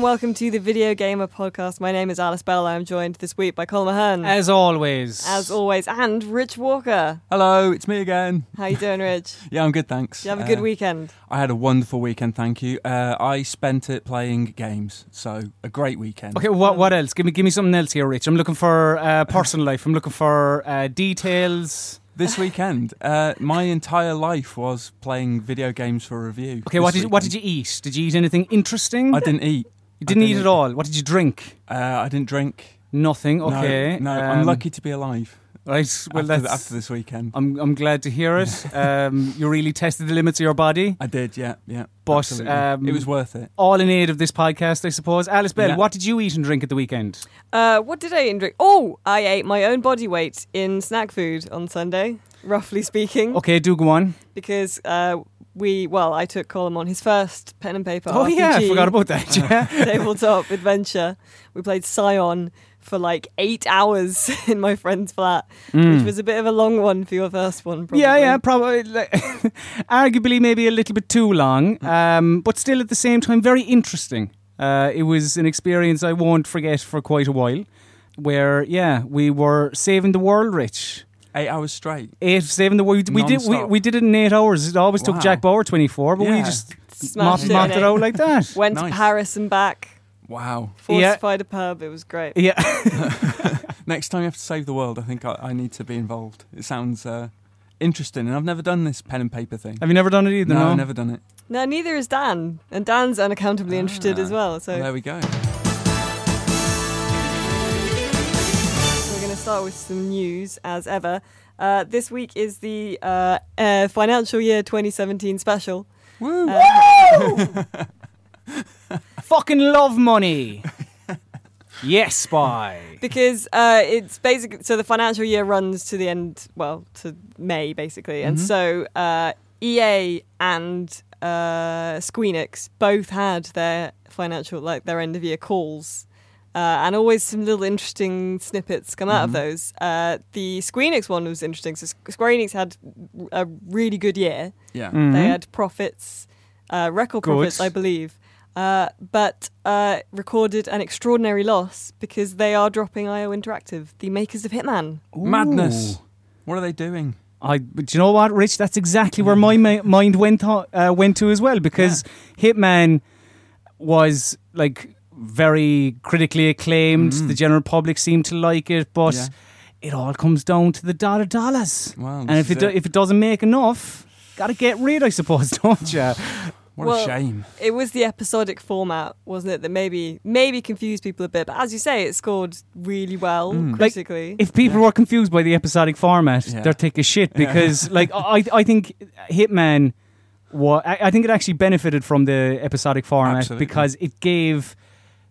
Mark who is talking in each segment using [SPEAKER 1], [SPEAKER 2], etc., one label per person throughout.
[SPEAKER 1] welcome to the Video Gamer Podcast. My name is Alice Bell. I am joined this week by Colin Mahern,
[SPEAKER 2] As always.
[SPEAKER 1] Mm. as always, and Rich Walker.
[SPEAKER 3] Hello, it's me again.
[SPEAKER 1] How you doing, Rich?
[SPEAKER 3] Yeah, I'm good, thanks.
[SPEAKER 1] Did you have a good
[SPEAKER 3] Uh,
[SPEAKER 1] weekend?
[SPEAKER 3] I had a wonderful weekend, thank you. Uh, I spent it playing games, so a great weekend.
[SPEAKER 2] Okay, what what else? Give me give me something else here, Rich. I'm looking for uh, personal life. I'm looking for uh, details.
[SPEAKER 3] This weekend, uh, my entire life was playing video games for review.
[SPEAKER 2] Okay, what did what did you eat? Did you eat anything interesting?
[SPEAKER 3] I didn't eat.
[SPEAKER 2] you didn't
[SPEAKER 3] I
[SPEAKER 2] eat at
[SPEAKER 3] didn't
[SPEAKER 2] all. What did you drink?
[SPEAKER 3] Uh, I didn't drink.
[SPEAKER 2] Nothing.
[SPEAKER 3] No,
[SPEAKER 2] Okay.
[SPEAKER 3] No,
[SPEAKER 2] um,
[SPEAKER 3] I'm lucky to be alive
[SPEAKER 2] Right. Well,
[SPEAKER 3] after,
[SPEAKER 2] that's.
[SPEAKER 3] th- after this weekend.
[SPEAKER 2] I'm I'm glad to hear it. um, you really tested the limits of your body.
[SPEAKER 3] I did, yeah, yeah.
[SPEAKER 2] But,
[SPEAKER 3] absolutely.
[SPEAKER 2] um,
[SPEAKER 3] it was worth it.
[SPEAKER 2] All in aid of this podcast, I suppose. Alice Bell,
[SPEAKER 3] Yeah.
[SPEAKER 2] what did you eat and drink at the weekend?
[SPEAKER 1] Uh, what did I eat and drink? Oh, I ate my own body weight in snack food on Sunday, roughly speaking,
[SPEAKER 2] Okay, do go on.
[SPEAKER 1] because uh, we, well, I took Colin on his first pen and paper
[SPEAKER 2] oh
[SPEAKER 1] RPG
[SPEAKER 2] yeah, I forgot about that. Yeah.
[SPEAKER 1] tabletop adventure. We played Scion for like eight hours in my friend's flat, which was a bit of a long one for your first one, probably.
[SPEAKER 2] Hmm. Yeah, yeah, probably. Like, arguably, maybe a little bit too
[SPEAKER 3] Mm-hmm.
[SPEAKER 2] long, um, but still at the same time, very interesting. Uh, it was an experience I won't forget for quite a while, where yeah, we were saving the world, Rich.
[SPEAKER 3] Eight hours straight.
[SPEAKER 2] Eight saving the world. We did we,
[SPEAKER 3] Non-stop.
[SPEAKER 2] we did it in eight hours. It always took
[SPEAKER 3] Wow.
[SPEAKER 2] Jack Bauer twenty four, but we
[SPEAKER 3] Yeah.
[SPEAKER 2] just
[SPEAKER 1] Smashed
[SPEAKER 2] mopped,
[SPEAKER 1] it,
[SPEAKER 2] mopped
[SPEAKER 1] in
[SPEAKER 2] it out like that.
[SPEAKER 1] Went to
[SPEAKER 3] Nice.
[SPEAKER 1] Paris and back,
[SPEAKER 3] Wow.
[SPEAKER 2] Yeah.
[SPEAKER 1] fortified a pub. It was great.
[SPEAKER 2] yeah,
[SPEAKER 3] Next time you have to save the world, I think I, I need to be involved. It sounds uh, interesting, and I've never done this pen and paper thing.
[SPEAKER 2] have you never done it either?
[SPEAKER 3] No,
[SPEAKER 2] No,
[SPEAKER 3] I've never done it.
[SPEAKER 1] No, neither is Dan, and Dan's unaccountably interested
[SPEAKER 3] Ah.
[SPEAKER 1] as well. So
[SPEAKER 3] Well, there we go.
[SPEAKER 1] we're going to start with some news as ever. Uh, this week is the uh, uh, financial year 2017 special.
[SPEAKER 3] Woo!
[SPEAKER 2] Fucking love money. yes, boy.
[SPEAKER 1] because uh, it's basically so the financial year runs to the end, well, to May basically, and so uh, EA and uh, Squeenix both had their financial like their end of year calls. Uh, and always some little interesting snippets come out of those. Uh, the Squeenix one was interesting. So Squ- Square Enix had a really good year.
[SPEAKER 3] Yeah.
[SPEAKER 1] They
[SPEAKER 2] Mhm.
[SPEAKER 1] had profits, uh, record
[SPEAKER 2] Good.
[SPEAKER 1] profits, I believe, uh, but uh, recorded an extraordinary loss because they are dropping IO Interactive, the makers of Hitman.
[SPEAKER 3] Madness.
[SPEAKER 2] Ooh.
[SPEAKER 3] What are they doing?
[SPEAKER 2] I, but you know what, Rich? That's exactly where my mi- mind went on, uh, went to as well because Hitman was like very critically acclaimed. The general public seemed to like it, but
[SPEAKER 3] Yeah.
[SPEAKER 2] it all comes down to the dollar dollars.
[SPEAKER 3] Well,
[SPEAKER 2] and if
[SPEAKER 3] this is
[SPEAKER 2] it, do-
[SPEAKER 3] it.
[SPEAKER 2] if it doesn't make enough, gotta get rid, I suppose, don't you?
[SPEAKER 3] What
[SPEAKER 1] Well,
[SPEAKER 3] a shame.
[SPEAKER 1] It was the episodic format, wasn't it, that maybe maybe confused people a bit. But as you say, it scored really well critically.
[SPEAKER 2] if people were confused by the episodic format,
[SPEAKER 3] Yeah.
[SPEAKER 2] they're taking a shit because, like, I I think Hitman, wa I, I think it actually benefited from the episodic format
[SPEAKER 3] Absolutely.
[SPEAKER 2] because it gave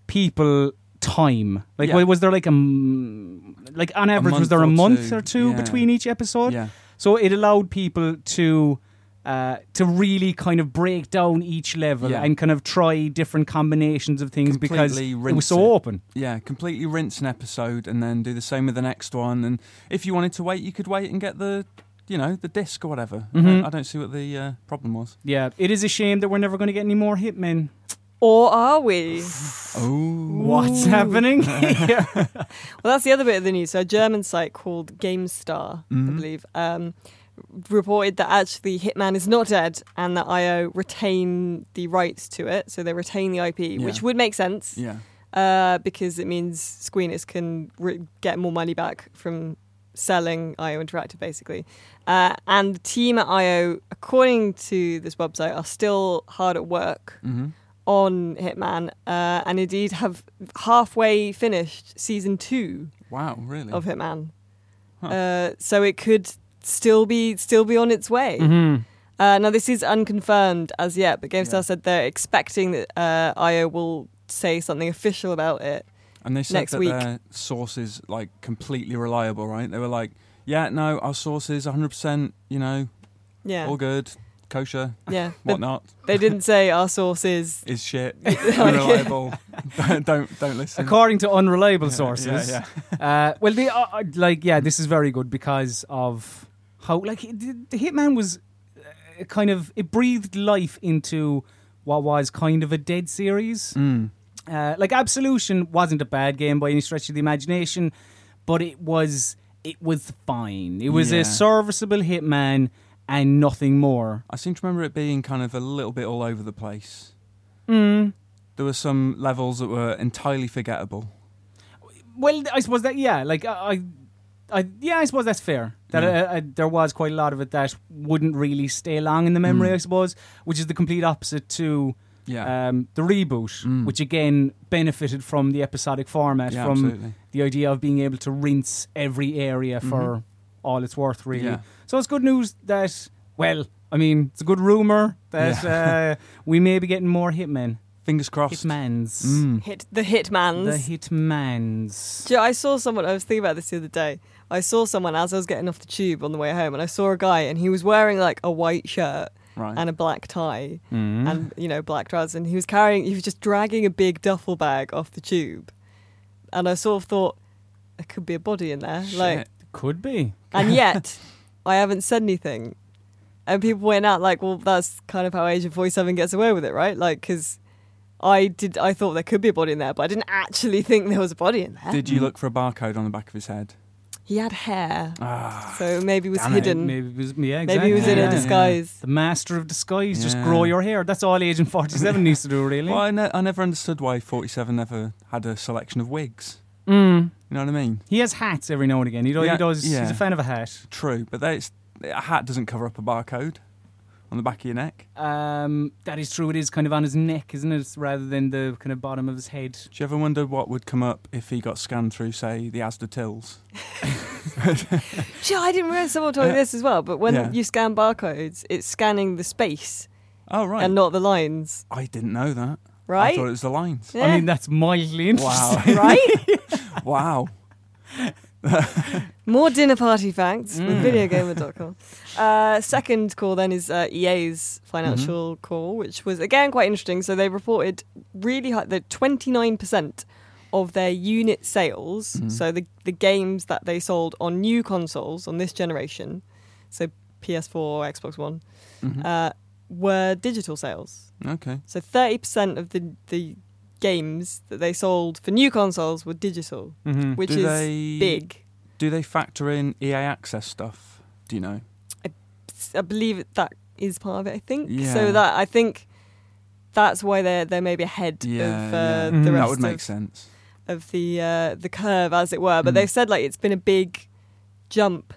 [SPEAKER 2] people time. Like,
[SPEAKER 3] Yeah.
[SPEAKER 2] wa- was there like a m- like on average was
[SPEAKER 3] month
[SPEAKER 2] there a
[SPEAKER 3] or
[SPEAKER 2] month
[SPEAKER 3] two,
[SPEAKER 2] or two
[SPEAKER 3] yeah.
[SPEAKER 2] between each episode?
[SPEAKER 3] Yeah.
[SPEAKER 2] So it allowed people to uh, to really kind of break down each level
[SPEAKER 3] Yeah.
[SPEAKER 2] and kind of try different combinations of things
[SPEAKER 3] Completely
[SPEAKER 2] because it was
[SPEAKER 3] rinse
[SPEAKER 2] so
[SPEAKER 3] it.
[SPEAKER 2] open.
[SPEAKER 3] Yeah. Completely rinse an episode and then do the same with the next one. And if you wanted to wait, you could wait and get the, you know, the disc or whatever. I
[SPEAKER 2] Mm-hmm.
[SPEAKER 3] don't- I, don't see what the uh, problem was.
[SPEAKER 2] Yeah, it is a shame that we're never going to get any more hitmen.
[SPEAKER 1] or are we?
[SPEAKER 3] Oh.
[SPEAKER 2] What's happening? yeah.
[SPEAKER 1] Well, that's the other bit of the news. So, a German site called GameStar,
[SPEAKER 3] Mm-hmm.
[SPEAKER 1] I believe, um, reported that actually Hitman is not dead and that IO retain the rights to it. So, they retain the IP, which
[SPEAKER 3] Yeah.
[SPEAKER 1] would make sense
[SPEAKER 3] Yeah.
[SPEAKER 1] uh, because it means Squeenix can re- get more money back from selling IO Interactive, basically. Uh, and the team at IO, according to this website, are still hard at work
[SPEAKER 3] Mm-hmm.
[SPEAKER 1] on Hitman uh, and indeed have halfway finished season two
[SPEAKER 3] Wow. Really.
[SPEAKER 1] of Hitman. Uh, so it could still be still be on its way.
[SPEAKER 2] Mm-hmm. Hmm.
[SPEAKER 1] Uh, now this is unconfirmed as yet, but GameStar
[SPEAKER 3] Yeah.
[SPEAKER 1] said they're expecting that uh, IO will say something official about it.
[SPEAKER 3] And they said
[SPEAKER 1] next
[SPEAKER 3] that
[SPEAKER 1] week.
[SPEAKER 3] their source is like completely reliable, right? They were like, yeah, no, our source is 100%, you know,
[SPEAKER 1] Yeah,
[SPEAKER 3] all good, kosher,
[SPEAKER 1] yeah, but
[SPEAKER 3] whatnot,
[SPEAKER 1] they didn't say our source is.
[SPEAKER 3] is shit, unreliable. don't, don't don't listen.
[SPEAKER 2] According to unreliable sources.
[SPEAKER 3] Yeah,
[SPEAKER 2] Uh, well, they are are- like, yeah, this is very good because of how, like, it- the the Hitman was uh, kind of, it breathed life into what was kind of a dead series.
[SPEAKER 3] yeah. Mm.
[SPEAKER 2] Uh, like Absolution wasn't a bad game by any stretch of the imagination, but it was it was fine. It was
[SPEAKER 3] Yeah.
[SPEAKER 2] a serviceable Hitman and nothing more.
[SPEAKER 3] I seem to remember it being kind of a little bit all over the place.
[SPEAKER 2] Mm.
[SPEAKER 3] There were some levels that were entirely forgettable.
[SPEAKER 2] Well, I suppose that yeah, like uh, I, I, I yeah, I suppose that's fair. That
[SPEAKER 3] Yeah.
[SPEAKER 2] uh, uh, there was quite a lot of it that wouldn't really stay long in the memory,
[SPEAKER 3] Mm.
[SPEAKER 2] I suppose, which is the complete opposite to
[SPEAKER 3] Yeah,
[SPEAKER 2] um, the reboot,
[SPEAKER 3] Mm.
[SPEAKER 2] which again benefited from the episodic format,
[SPEAKER 3] yeah,
[SPEAKER 2] from
[SPEAKER 3] absolutely.
[SPEAKER 2] the idea of being able to rinse every area for
[SPEAKER 3] Mhm.
[SPEAKER 2] all it's worth, really.
[SPEAKER 3] Yeah.
[SPEAKER 2] So it's good news that, well, I mean, it's a good rumor that uh, we may be getting more Hitmen,
[SPEAKER 3] Fingers crossed.
[SPEAKER 2] Hitmans,
[SPEAKER 3] Mm.
[SPEAKER 1] Hit the hitmans.
[SPEAKER 2] the Hitmans.
[SPEAKER 1] Do you know, I saw someone, I was thinking about this the other day. I saw someone as I was getting off the tube on the way home, and I saw a guy, and he was wearing like a white shirt
[SPEAKER 3] Right.
[SPEAKER 1] and a black tie
[SPEAKER 2] Mm.
[SPEAKER 1] and, you know, black trousers, and he was carrying, he was just dragging a big duffel bag off the tube. And I sort of thought, there could be a body in there. uh, Like,
[SPEAKER 3] Shit.
[SPEAKER 2] Could be.
[SPEAKER 1] and yet, I haven't said anything. And people went out like, well, that's kind of how Asian voiceover gets away with it, right? Like, because I did, I thought there could be a body in there, but I didn't actually think there was a body in there.
[SPEAKER 2] Mm.
[SPEAKER 3] Did you look for a barcode on the back of his head?
[SPEAKER 1] He had hair.
[SPEAKER 3] Ah,
[SPEAKER 1] So maybe it was
[SPEAKER 3] Damn it.
[SPEAKER 1] hidden. Maybe,
[SPEAKER 2] Maybe it was, yeah, exactly.
[SPEAKER 1] it was in
[SPEAKER 3] Yeah,
[SPEAKER 1] a
[SPEAKER 3] yeah.
[SPEAKER 1] disguise.
[SPEAKER 2] The master of disguise. Just
[SPEAKER 3] Yeah.
[SPEAKER 2] grow your hair. That's all Agent 47 needs to do, really.
[SPEAKER 3] well, I, ne- I never understood why 47 never had a selection of wigs.
[SPEAKER 2] Mm.
[SPEAKER 3] You know what I mean?
[SPEAKER 2] He has hats every now and again. He, do- he
[SPEAKER 3] Yeah,
[SPEAKER 2] does. He's
[SPEAKER 3] yeah.
[SPEAKER 2] a fan of a hat.
[SPEAKER 3] True, but that's, a hat doesn't cover up a barcode on the back of your neck.
[SPEAKER 2] Um, that is true. It is kind of on his neck, isn't it? It's Rather than the kind of bottom of his head.
[SPEAKER 3] Do you ever wonder what would come up if he got scanned through, say, the Asda tills?
[SPEAKER 1] Sure, I didn't realize someone told me
[SPEAKER 3] Yeah.
[SPEAKER 1] this as well. But when
[SPEAKER 3] Uh, Yeah.
[SPEAKER 1] you scan barcodes, it's scanning the space
[SPEAKER 3] Oh, right.
[SPEAKER 1] and not the lines,
[SPEAKER 3] I didn't know that. I
[SPEAKER 1] right?
[SPEAKER 3] thought it was the lines.
[SPEAKER 1] Yeah.
[SPEAKER 2] I mean, that's mildly interesting.
[SPEAKER 3] Wow.
[SPEAKER 1] right?
[SPEAKER 3] wow.
[SPEAKER 1] More dinner party facts
[SPEAKER 2] Mm.
[SPEAKER 1] with videogamer.com. Uh, second call then is uh, EA's financial
[SPEAKER 3] Mm-hmm.
[SPEAKER 1] call, which was again quite interesting. So they reported really high, the 29% of their unit sales,
[SPEAKER 3] Mhm.
[SPEAKER 1] so the, the games that they sold on new consoles on this generation, so PS4, Xbox One,
[SPEAKER 3] Mhm.
[SPEAKER 1] uh, were digital sales.
[SPEAKER 3] Okay.
[SPEAKER 1] So 30% of the, the games that they sold for new consoles were digital,
[SPEAKER 2] Mhm.
[SPEAKER 1] which
[SPEAKER 3] Hmm. do
[SPEAKER 1] is
[SPEAKER 3] they,
[SPEAKER 1] big.
[SPEAKER 3] Do they factor in EA access stuff? Do you know?
[SPEAKER 1] I believe that is part of it. I think
[SPEAKER 3] Yeah.
[SPEAKER 1] so. That I think that's why they're they're maybe ahead
[SPEAKER 3] Yeah,
[SPEAKER 1] of uh,
[SPEAKER 3] yeah. Hmm,
[SPEAKER 2] Mhm.
[SPEAKER 1] the
[SPEAKER 2] That
[SPEAKER 1] rest
[SPEAKER 3] that would make
[SPEAKER 1] of,
[SPEAKER 3] sense.
[SPEAKER 1] of the uh, the curve, as it were. But
[SPEAKER 3] Mm.
[SPEAKER 1] they've said like it's been a big jump,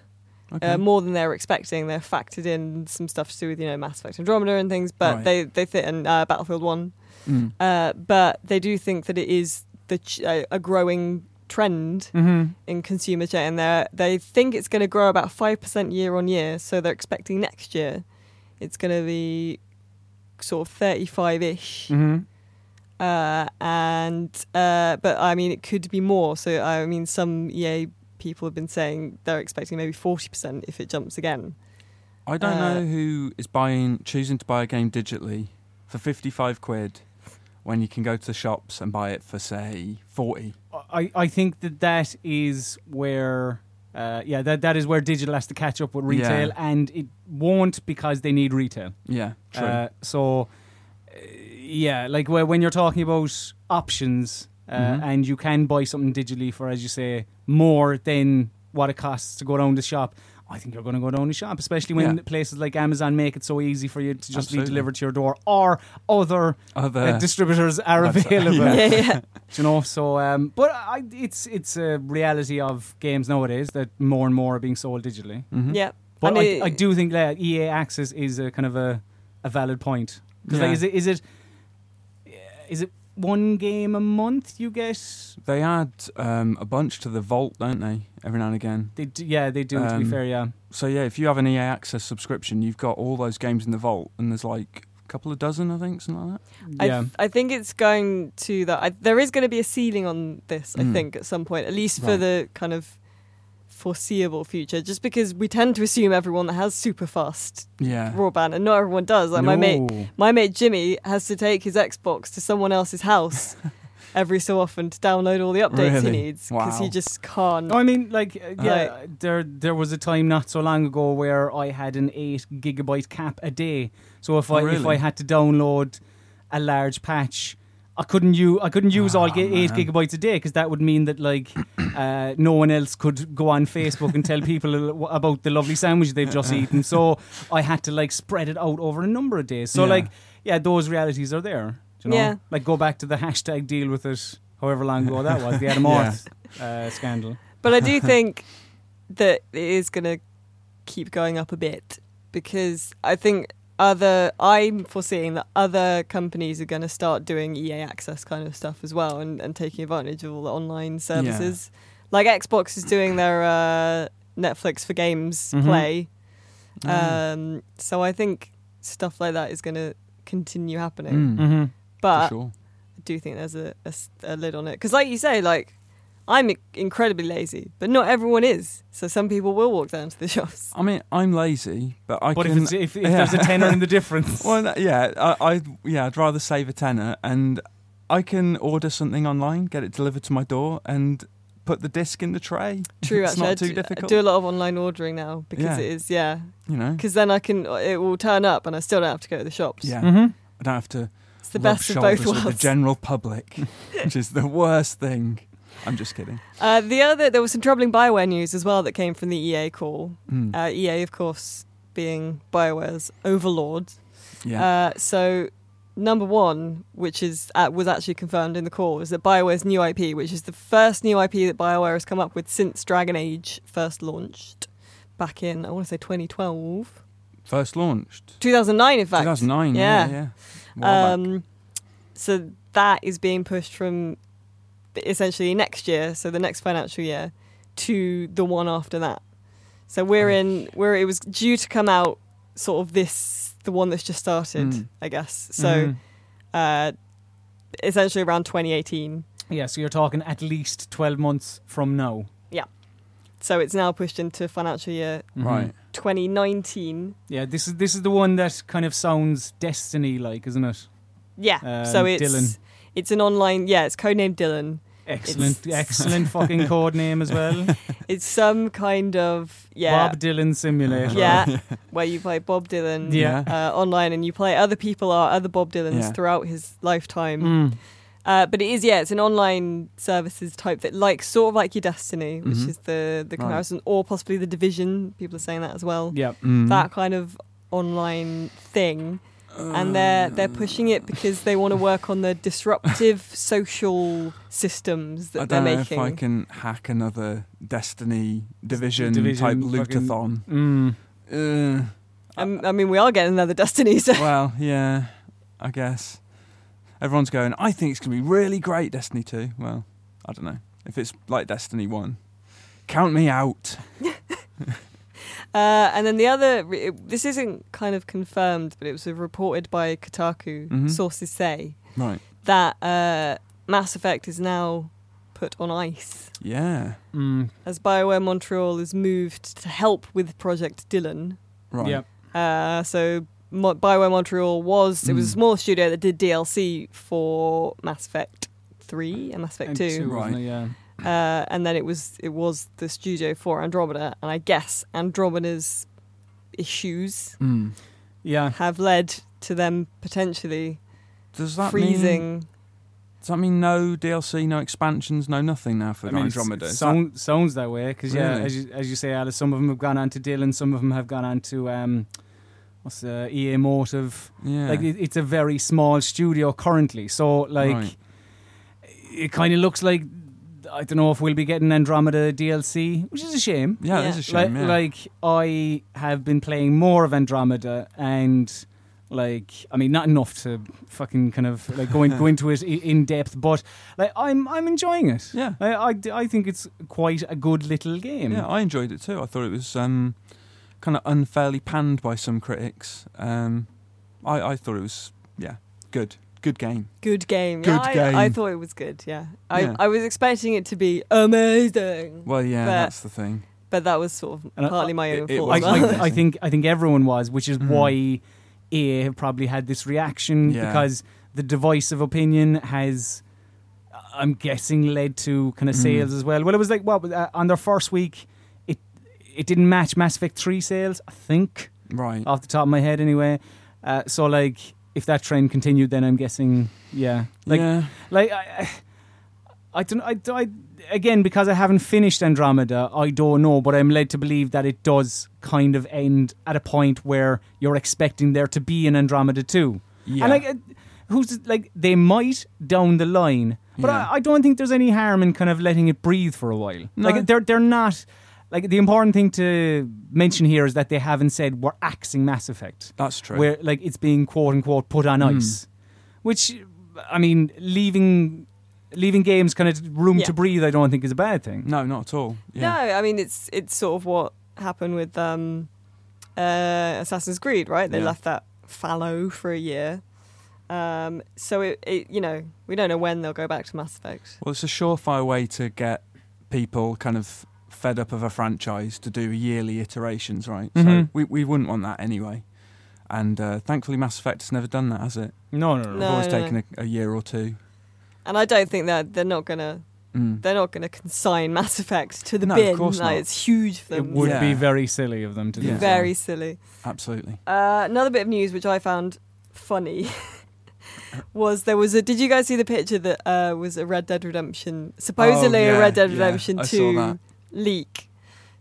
[SPEAKER 3] Okay.
[SPEAKER 1] uh, more than they were expecting. They've factored in some stuff to do with you know Mass Effect Andromeda and things, but
[SPEAKER 3] Right.
[SPEAKER 1] they they fit in uh, Battlefield One.
[SPEAKER 3] Mm.
[SPEAKER 1] Uh, but they do think that it is the ch- uh, a growing trend
[SPEAKER 3] Mm-hmm.
[SPEAKER 2] Mhm.
[SPEAKER 1] in consumer debt, and they they think it's going to grow about five percent year on year. So they're expecting next year it's going to be sort of thirty five ish,
[SPEAKER 2] Mhm.
[SPEAKER 1] uh, and uh, but I mean it could be more. So I mean some EA people have been saying they're expecting maybe forty percent if it jumps again.
[SPEAKER 3] I don't
[SPEAKER 1] Uh,
[SPEAKER 3] know who is buying, choosing to buy a game digitally for fifty-five quid when you can go to the shops and buy it for say forty.
[SPEAKER 2] I, I think that that is where. Uh, yeah, that, that is where digital has to catch up with retail,
[SPEAKER 3] Yeah.
[SPEAKER 2] and it won't because they need retail.
[SPEAKER 3] Yeah, true.
[SPEAKER 2] Uh, so, uh, yeah, like wh- when you're talking about options uh,
[SPEAKER 3] Mhm.
[SPEAKER 2] and you can buy something digitally for, as you say, more than what it costs to go down the shop, I think you're going to go down the shop, especially when
[SPEAKER 3] Yeah.
[SPEAKER 2] places like Amazon make it so easy for you to just be
[SPEAKER 3] Absolutely.
[SPEAKER 2] delivered to your door or other
[SPEAKER 3] Other
[SPEAKER 2] uh, distributors are
[SPEAKER 3] Website.
[SPEAKER 2] available.
[SPEAKER 3] Yeah.
[SPEAKER 1] yeah, yeah.
[SPEAKER 2] Do you know, so um, but I, it's it's a reality of games nowadays that more and more are being sold digitally.
[SPEAKER 3] Mhm.
[SPEAKER 1] yeah.
[SPEAKER 2] But
[SPEAKER 1] And
[SPEAKER 2] I,
[SPEAKER 1] it-
[SPEAKER 2] I do think that EA access is a kind of a, a valid point because
[SPEAKER 3] Yeah.
[SPEAKER 2] like, is it is it is it one game a month you get?
[SPEAKER 3] They add um, a bunch to the vault, don't they? Every now and again.
[SPEAKER 2] They do, yeah, they do. to be
[SPEAKER 3] Um,
[SPEAKER 2] fair, yeah,
[SPEAKER 3] So yeah, if you have an EA Access subscription, you've got all those games in the vault, and there's like a couple of dozen, I think, something like
[SPEAKER 1] I,
[SPEAKER 2] yeah.
[SPEAKER 1] th- I think it's going to that. I, there is going to be a ceiling on this, I
[SPEAKER 3] Mm.
[SPEAKER 1] think, at some point, at least for
[SPEAKER 3] Right.
[SPEAKER 1] the kind of foreseeable future. Just because we tend to assume everyone that has super fast
[SPEAKER 3] that. Yeah.
[SPEAKER 1] broadband, and not everyone does. Like my mate,
[SPEAKER 2] No.
[SPEAKER 1] my mate Jimmy has to take his Xbox to someone else's house every so often to download all the updates he
[SPEAKER 3] Really?
[SPEAKER 1] needs because he
[SPEAKER 3] Wow.
[SPEAKER 1] just can't.
[SPEAKER 2] No, I mean, like, uh, yeah, there there was a time not so long ago where I had an eight gigabyte cap a day. So if
[SPEAKER 3] Oh,
[SPEAKER 2] I if
[SPEAKER 3] really?
[SPEAKER 2] I had to download a large patch, I couldn't u- I couldn't use all
[SPEAKER 3] Ah,
[SPEAKER 2] ga- eight
[SPEAKER 3] man.
[SPEAKER 2] gigabytes a day because that would mean that like uh, no one else could go on Facebook and tell people al- w- about the lovely sandwich they've just eaten. So I had to like spread it out over a number of days. So
[SPEAKER 3] Yeah.
[SPEAKER 2] like yeah, those realities are there. do You know?
[SPEAKER 1] Yeah.
[SPEAKER 2] Like go back to the hashtag deal with it. However long ago that was, the Adam
[SPEAKER 3] Yeah.
[SPEAKER 2] Orth uh, scandal.
[SPEAKER 1] But I do think that it is going to keep going up a bit because I think other I'm foreseeing that other companies are going to start doing EA access kind of stuff as well and, and taking advantage of all the online services. Like Xbox is doing their uh, Netflix for games
[SPEAKER 2] Mhm.
[SPEAKER 1] play.
[SPEAKER 3] Mm-hmm.
[SPEAKER 2] uh,
[SPEAKER 3] Mm.
[SPEAKER 1] Um, so I think stuff like that is going to continue happening.
[SPEAKER 3] Mm, for
[SPEAKER 2] Mm-hmm.
[SPEAKER 1] But
[SPEAKER 3] sure.
[SPEAKER 1] I do think there's a, a s- a lid on it because, like you say, like I'm i- incredibly lazy, but not everyone is. So some people will walk down to the shops.
[SPEAKER 3] I mean, I'm lazy, but I
[SPEAKER 2] But if,
[SPEAKER 3] can.
[SPEAKER 2] it's, if, if
[SPEAKER 3] yeah.
[SPEAKER 2] there's a tenner in the difference,
[SPEAKER 3] well, that- yeah, I, I, yeah, I'd rather save a tenner, and I can order something online, get it delivered to my door, and put the disc in the tray.
[SPEAKER 1] True,
[SPEAKER 3] It's
[SPEAKER 1] actually,
[SPEAKER 3] not
[SPEAKER 1] I
[SPEAKER 3] too
[SPEAKER 1] do,
[SPEAKER 3] difficult.
[SPEAKER 1] I do a lot of online ordering now because
[SPEAKER 3] Yeah.
[SPEAKER 1] it is, yeah.
[SPEAKER 3] You know,
[SPEAKER 1] Because then I can, it will turn up, and I still don't have to go to the shops.
[SPEAKER 3] yeah,
[SPEAKER 2] hmm
[SPEAKER 3] I don't have to.
[SPEAKER 1] it's Mm. the
[SPEAKER 3] rub
[SPEAKER 1] best of
[SPEAKER 3] shoulders
[SPEAKER 1] both
[SPEAKER 3] with The
[SPEAKER 1] worlds.
[SPEAKER 3] general public, which is the worst thing. I'm just kidding.
[SPEAKER 1] uh, the other, there was some troubling Bioware news as well that came from the EA call.
[SPEAKER 3] Mm,
[SPEAKER 1] Uh, EA, of course, being Bioware's overlord.
[SPEAKER 3] yeah.
[SPEAKER 1] Uh, so number one, which is uh, was actually confirmed in the call, is that Bioware's new IP, which is the first new IP that Bioware has come up with since Dragon Age first launched back in I want to say 2012,
[SPEAKER 3] First launched
[SPEAKER 1] 2009 in fact.
[SPEAKER 3] 2009. Yeah,
[SPEAKER 1] Yeah.
[SPEAKER 3] yeah. Wow, that-
[SPEAKER 1] Um, so that is being pushed from essentially next year, so the next financial year, to the one after that. So we're in where it was due to come out, sort of this the one that's just started,
[SPEAKER 3] Mm.
[SPEAKER 1] I guess. So
[SPEAKER 2] Mhm.
[SPEAKER 3] Mm-hmm.
[SPEAKER 1] uh, essentially around 2018.
[SPEAKER 2] yeah, so you're talking at least twelve months from now,
[SPEAKER 1] So it's now pushed into financial year
[SPEAKER 2] Mhm.
[SPEAKER 3] right.
[SPEAKER 1] 2019.
[SPEAKER 2] Yeah, this is this is the one that kind of sounds Destiny like, isn't it?
[SPEAKER 1] Yeah.
[SPEAKER 2] Um,
[SPEAKER 1] so it's
[SPEAKER 2] Dylan.
[SPEAKER 1] it's an online. Yeah, it's codenamed Dylan.
[SPEAKER 2] Excellent, excellent fucking code name as well.
[SPEAKER 1] It's some kind of yeah
[SPEAKER 2] Bob Dylan Simulator.
[SPEAKER 1] yeah where you play Bob Dylan.
[SPEAKER 2] Yeah.
[SPEAKER 1] Uh, online, and you play other people are other Bob Dylans
[SPEAKER 3] Yeah.
[SPEAKER 1] throughout his lifetime.
[SPEAKER 2] Mm.
[SPEAKER 1] Uh, but it is, yeah, it's an online services type that, like, sort of like your Destiny, which
[SPEAKER 2] Mm-hmm.
[SPEAKER 3] Mhm.
[SPEAKER 1] is the the
[SPEAKER 3] Right.
[SPEAKER 1] comparison, or possibly the Division. People are saying that as well.
[SPEAKER 2] Yeah.
[SPEAKER 3] Mm.
[SPEAKER 1] That kind of online thing. and they're
[SPEAKER 3] Mm.
[SPEAKER 1] they're pushing it because they want to work on the disruptive social systems that
[SPEAKER 3] I
[SPEAKER 1] they're
[SPEAKER 3] don't know
[SPEAKER 1] making.
[SPEAKER 3] if I can hack another Destiny Division,
[SPEAKER 2] Division
[SPEAKER 3] type
[SPEAKER 2] fucking-
[SPEAKER 3] lootathon.
[SPEAKER 2] Mm.
[SPEAKER 3] Uh,
[SPEAKER 1] Um, I mean, we are getting another Destiny, so
[SPEAKER 3] well, yeah, I guess everyone's going. I think it's gonna be really great, Destiny Two. Well, I don't know if it's like Destiny One. Count me out.
[SPEAKER 1] Uh, and then the other, re- it- this isn't kind of confirmed, but it was reported by Kotaku.
[SPEAKER 3] Mhm.
[SPEAKER 1] Sources say
[SPEAKER 3] Right.
[SPEAKER 1] that uh, Mass Effect is now put on ice
[SPEAKER 3] Yeah.
[SPEAKER 2] Mm.
[SPEAKER 1] as Bioware Montreal is moved to help with Project Dylan.
[SPEAKER 3] Right.
[SPEAKER 2] Yep.
[SPEAKER 1] Uh, so Mo- Bioware Montreal was it was a
[SPEAKER 3] Mm.
[SPEAKER 1] small studio that did DLC for Mass Effect three and Mass Effect
[SPEAKER 2] And
[SPEAKER 1] two,
[SPEAKER 2] wasn't
[SPEAKER 3] Right.
[SPEAKER 2] it? Yeah.
[SPEAKER 1] Uh, and then it was it was the studio for Andromeda, and I guess Andromeda's issues
[SPEAKER 3] Mm.
[SPEAKER 2] Yeah.
[SPEAKER 1] have led to them potentially
[SPEAKER 3] Does that mean?
[SPEAKER 1] freezing.
[SPEAKER 3] Does that mean no DLC, no expansions, no nothing now for
[SPEAKER 2] I mean, it's-
[SPEAKER 3] Andromeda?
[SPEAKER 2] it
[SPEAKER 3] Is that-
[SPEAKER 2] sound, sounds that way because yeah,
[SPEAKER 3] Really?
[SPEAKER 2] as you, as you say, Alice, some of them have gone on to Dylan, some of them have gone on to um, what's the EA Motive.
[SPEAKER 3] yeah.
[SPEAKER 2] Like it, it's a very small studio currently, so like
[SPEAKER 3] Right.
[SPEAKER 2] it kind of looks like I don't know if we'll be getting Andromeda DLC, which is a shame.
[SPEAKER 3] yeah,
[SPEAKER 1] Yeah.
[SPEAKER 3] it is a shame.
[SPEAKER 2] like,
[SPEAKER 3] yeah.
[SPEAKER 2] like I have been playing more of Andromeda and like I mean not enough to fucking kind of like go, in, go into it i- in depth but like I'm I'm enjoying it.
[SPEAKER 3] yeah.
[SPEAKER 2] I, I, I think it's quite a good little game.
[SPEAKER 3] Yeah, I enjoyed it too. I thought it was um, kind of unfairly panned by some critics. Um, I, I thought it was, yeah, good. Good game.
[SPEAKER 1] Good game.
[SPEAKER 3] Good
[SPEAKER 1] yeah, I, I
[SPEAKER 3] game.
[SPEAKER 1] thought it was good. Yeah, I,
[SPEAKER 3] Yeah.
[SPEAKER 1] I was expecting it to be amazing,
[SPEAKER 3] Well, yeah,
[SPEAKER 1] But-
[SPEAKER 3] that's the thing.
[SPEAKER 1] but that was sort of
[SPEAKER 2] And I-
[SPEAKER 1] partly my
[SPEAKER 3] it-
[SPEAKER 1] own
[SPEAKER 3] it
[SPEAKER 1] fault.
[SPEAKER 2] I,
[SPEAKER 1] as well.
[SPEAKER 2] I, I think I think everyone was, which is
[SPEAKER 3] Mhm.
[SPEAKER 2] why EA have probably had this reaction
[SPEAKER 3] Yeah.
[SPEAKER 2] because the divisive opinion has, I'm guessing, led to kind of
[SPEAKER 3] Mhm.
[SPEAKER 2] sales as well. Well, it was like what uh, on their first week, it it didn't match Mass Effect Three sales, I think,
[SPEAKER 1] Oh,
[SPEAKER 3] Right.
[SPEAKER 2] off the top of my head, anyway. Uh, so like if that trend continued, then I'm guessing, yeah, like
[SPEAKER 3] yeah.
[SPEAKER 2] like I, I I don't I, I again because I haven't finished Andromeda. I don't know, but I'm led to believe that it does kind of end at a point where you're expecting there to be an Andromeda too.
[SPEAKER 3] yeah.
[SPEAKER 2] And like, uh, who's like they might down the line, but
[SPEAKER 3] Yeah.
[SPEAKER 2] I, I don't think there's any harm in kind of letting it breathe for a while.
[SPEAKER 3] No.
[SPEAKER 2] Like they're they're not. Like the important thing to mention here is that they haven't said we're axing Mass Effect
[SPEAKER 3] That's true.
[SPEAKER 2] where like it's being quote unquote put on
[SPEAKER 3] Mm.
[SPEAKER 2] ice, which I mean leaving leaving games kind of room
[SPEAKER 1] Yeah.
[SPEAKER 2] to breathe. I don't think is a bad thing.
[SPEAKER 3] no, not at all. Yeah.
[SPEAKER 1] No, I mean it's it's sort of what happened with um, uh, Assassin's Creed, right? They
[SPEAKER 3] Yeah.
[SPEAKER 1] left that fallow for a year. Um, so it, it, you know, we don't know when they'll go back to Mass Effect.
[SPEAKER 3] Well, it's a surefire way to get people kind of fed up of a franchise to do yearly iterations, right? So
[SPEAKER 1] Mm-hmm.
[SPEAKER 2] Mhm.
[SPEAKER 3] we, we wouldn't want that anyway. And uh, thankfully, Mass Effect has never done that, has it?
[SPEAKER 2] No, no, no.
[SPEAKER 1] No.
[SPEAKER 3] We've always taken a, a year or two.
[SPEAKER 1] And I don't think that they're not gonna
[SPEAKER 3] Mm.
[SPEAKER 1] they're not gonna consign Mass Effect to the
[SPEAKER 3] No, of
[SPEAKER 1] bin.
[SPEAKER 3] course
[SPEAKER 1] like,
[SPEAKER 3] not.
[SPEAKER 1] It's huge for
[SPEAKER 2] It
[SPEAKER 1] them.
[SPEAKER 2] would
[SPEAKER 3] Yeah.
[SPEAKER 2] be very silly of them to
[SPEAKER 3] Yeah.
[SPEAKER 2] do.
[SPEAKER 1] Very silly.
[SPEAKER 3] Absolutely.
[SPEAKER 1] Uh, another bit of news which I found funny was there was a. Did you guys see the picture that uh, was a Red Dead Redemption? Supposedly
[SPEAKER 3] Oh, yeah,
[SPEAKER 1] a Red Dead
[SPEAKER 3] yeah,
[SPEAKER 1] Redemption
[SPEAKER 3] I saw
[SPEAKER 1] 2
[SPEAKER 3] that.
[SPEAKER 1] leak.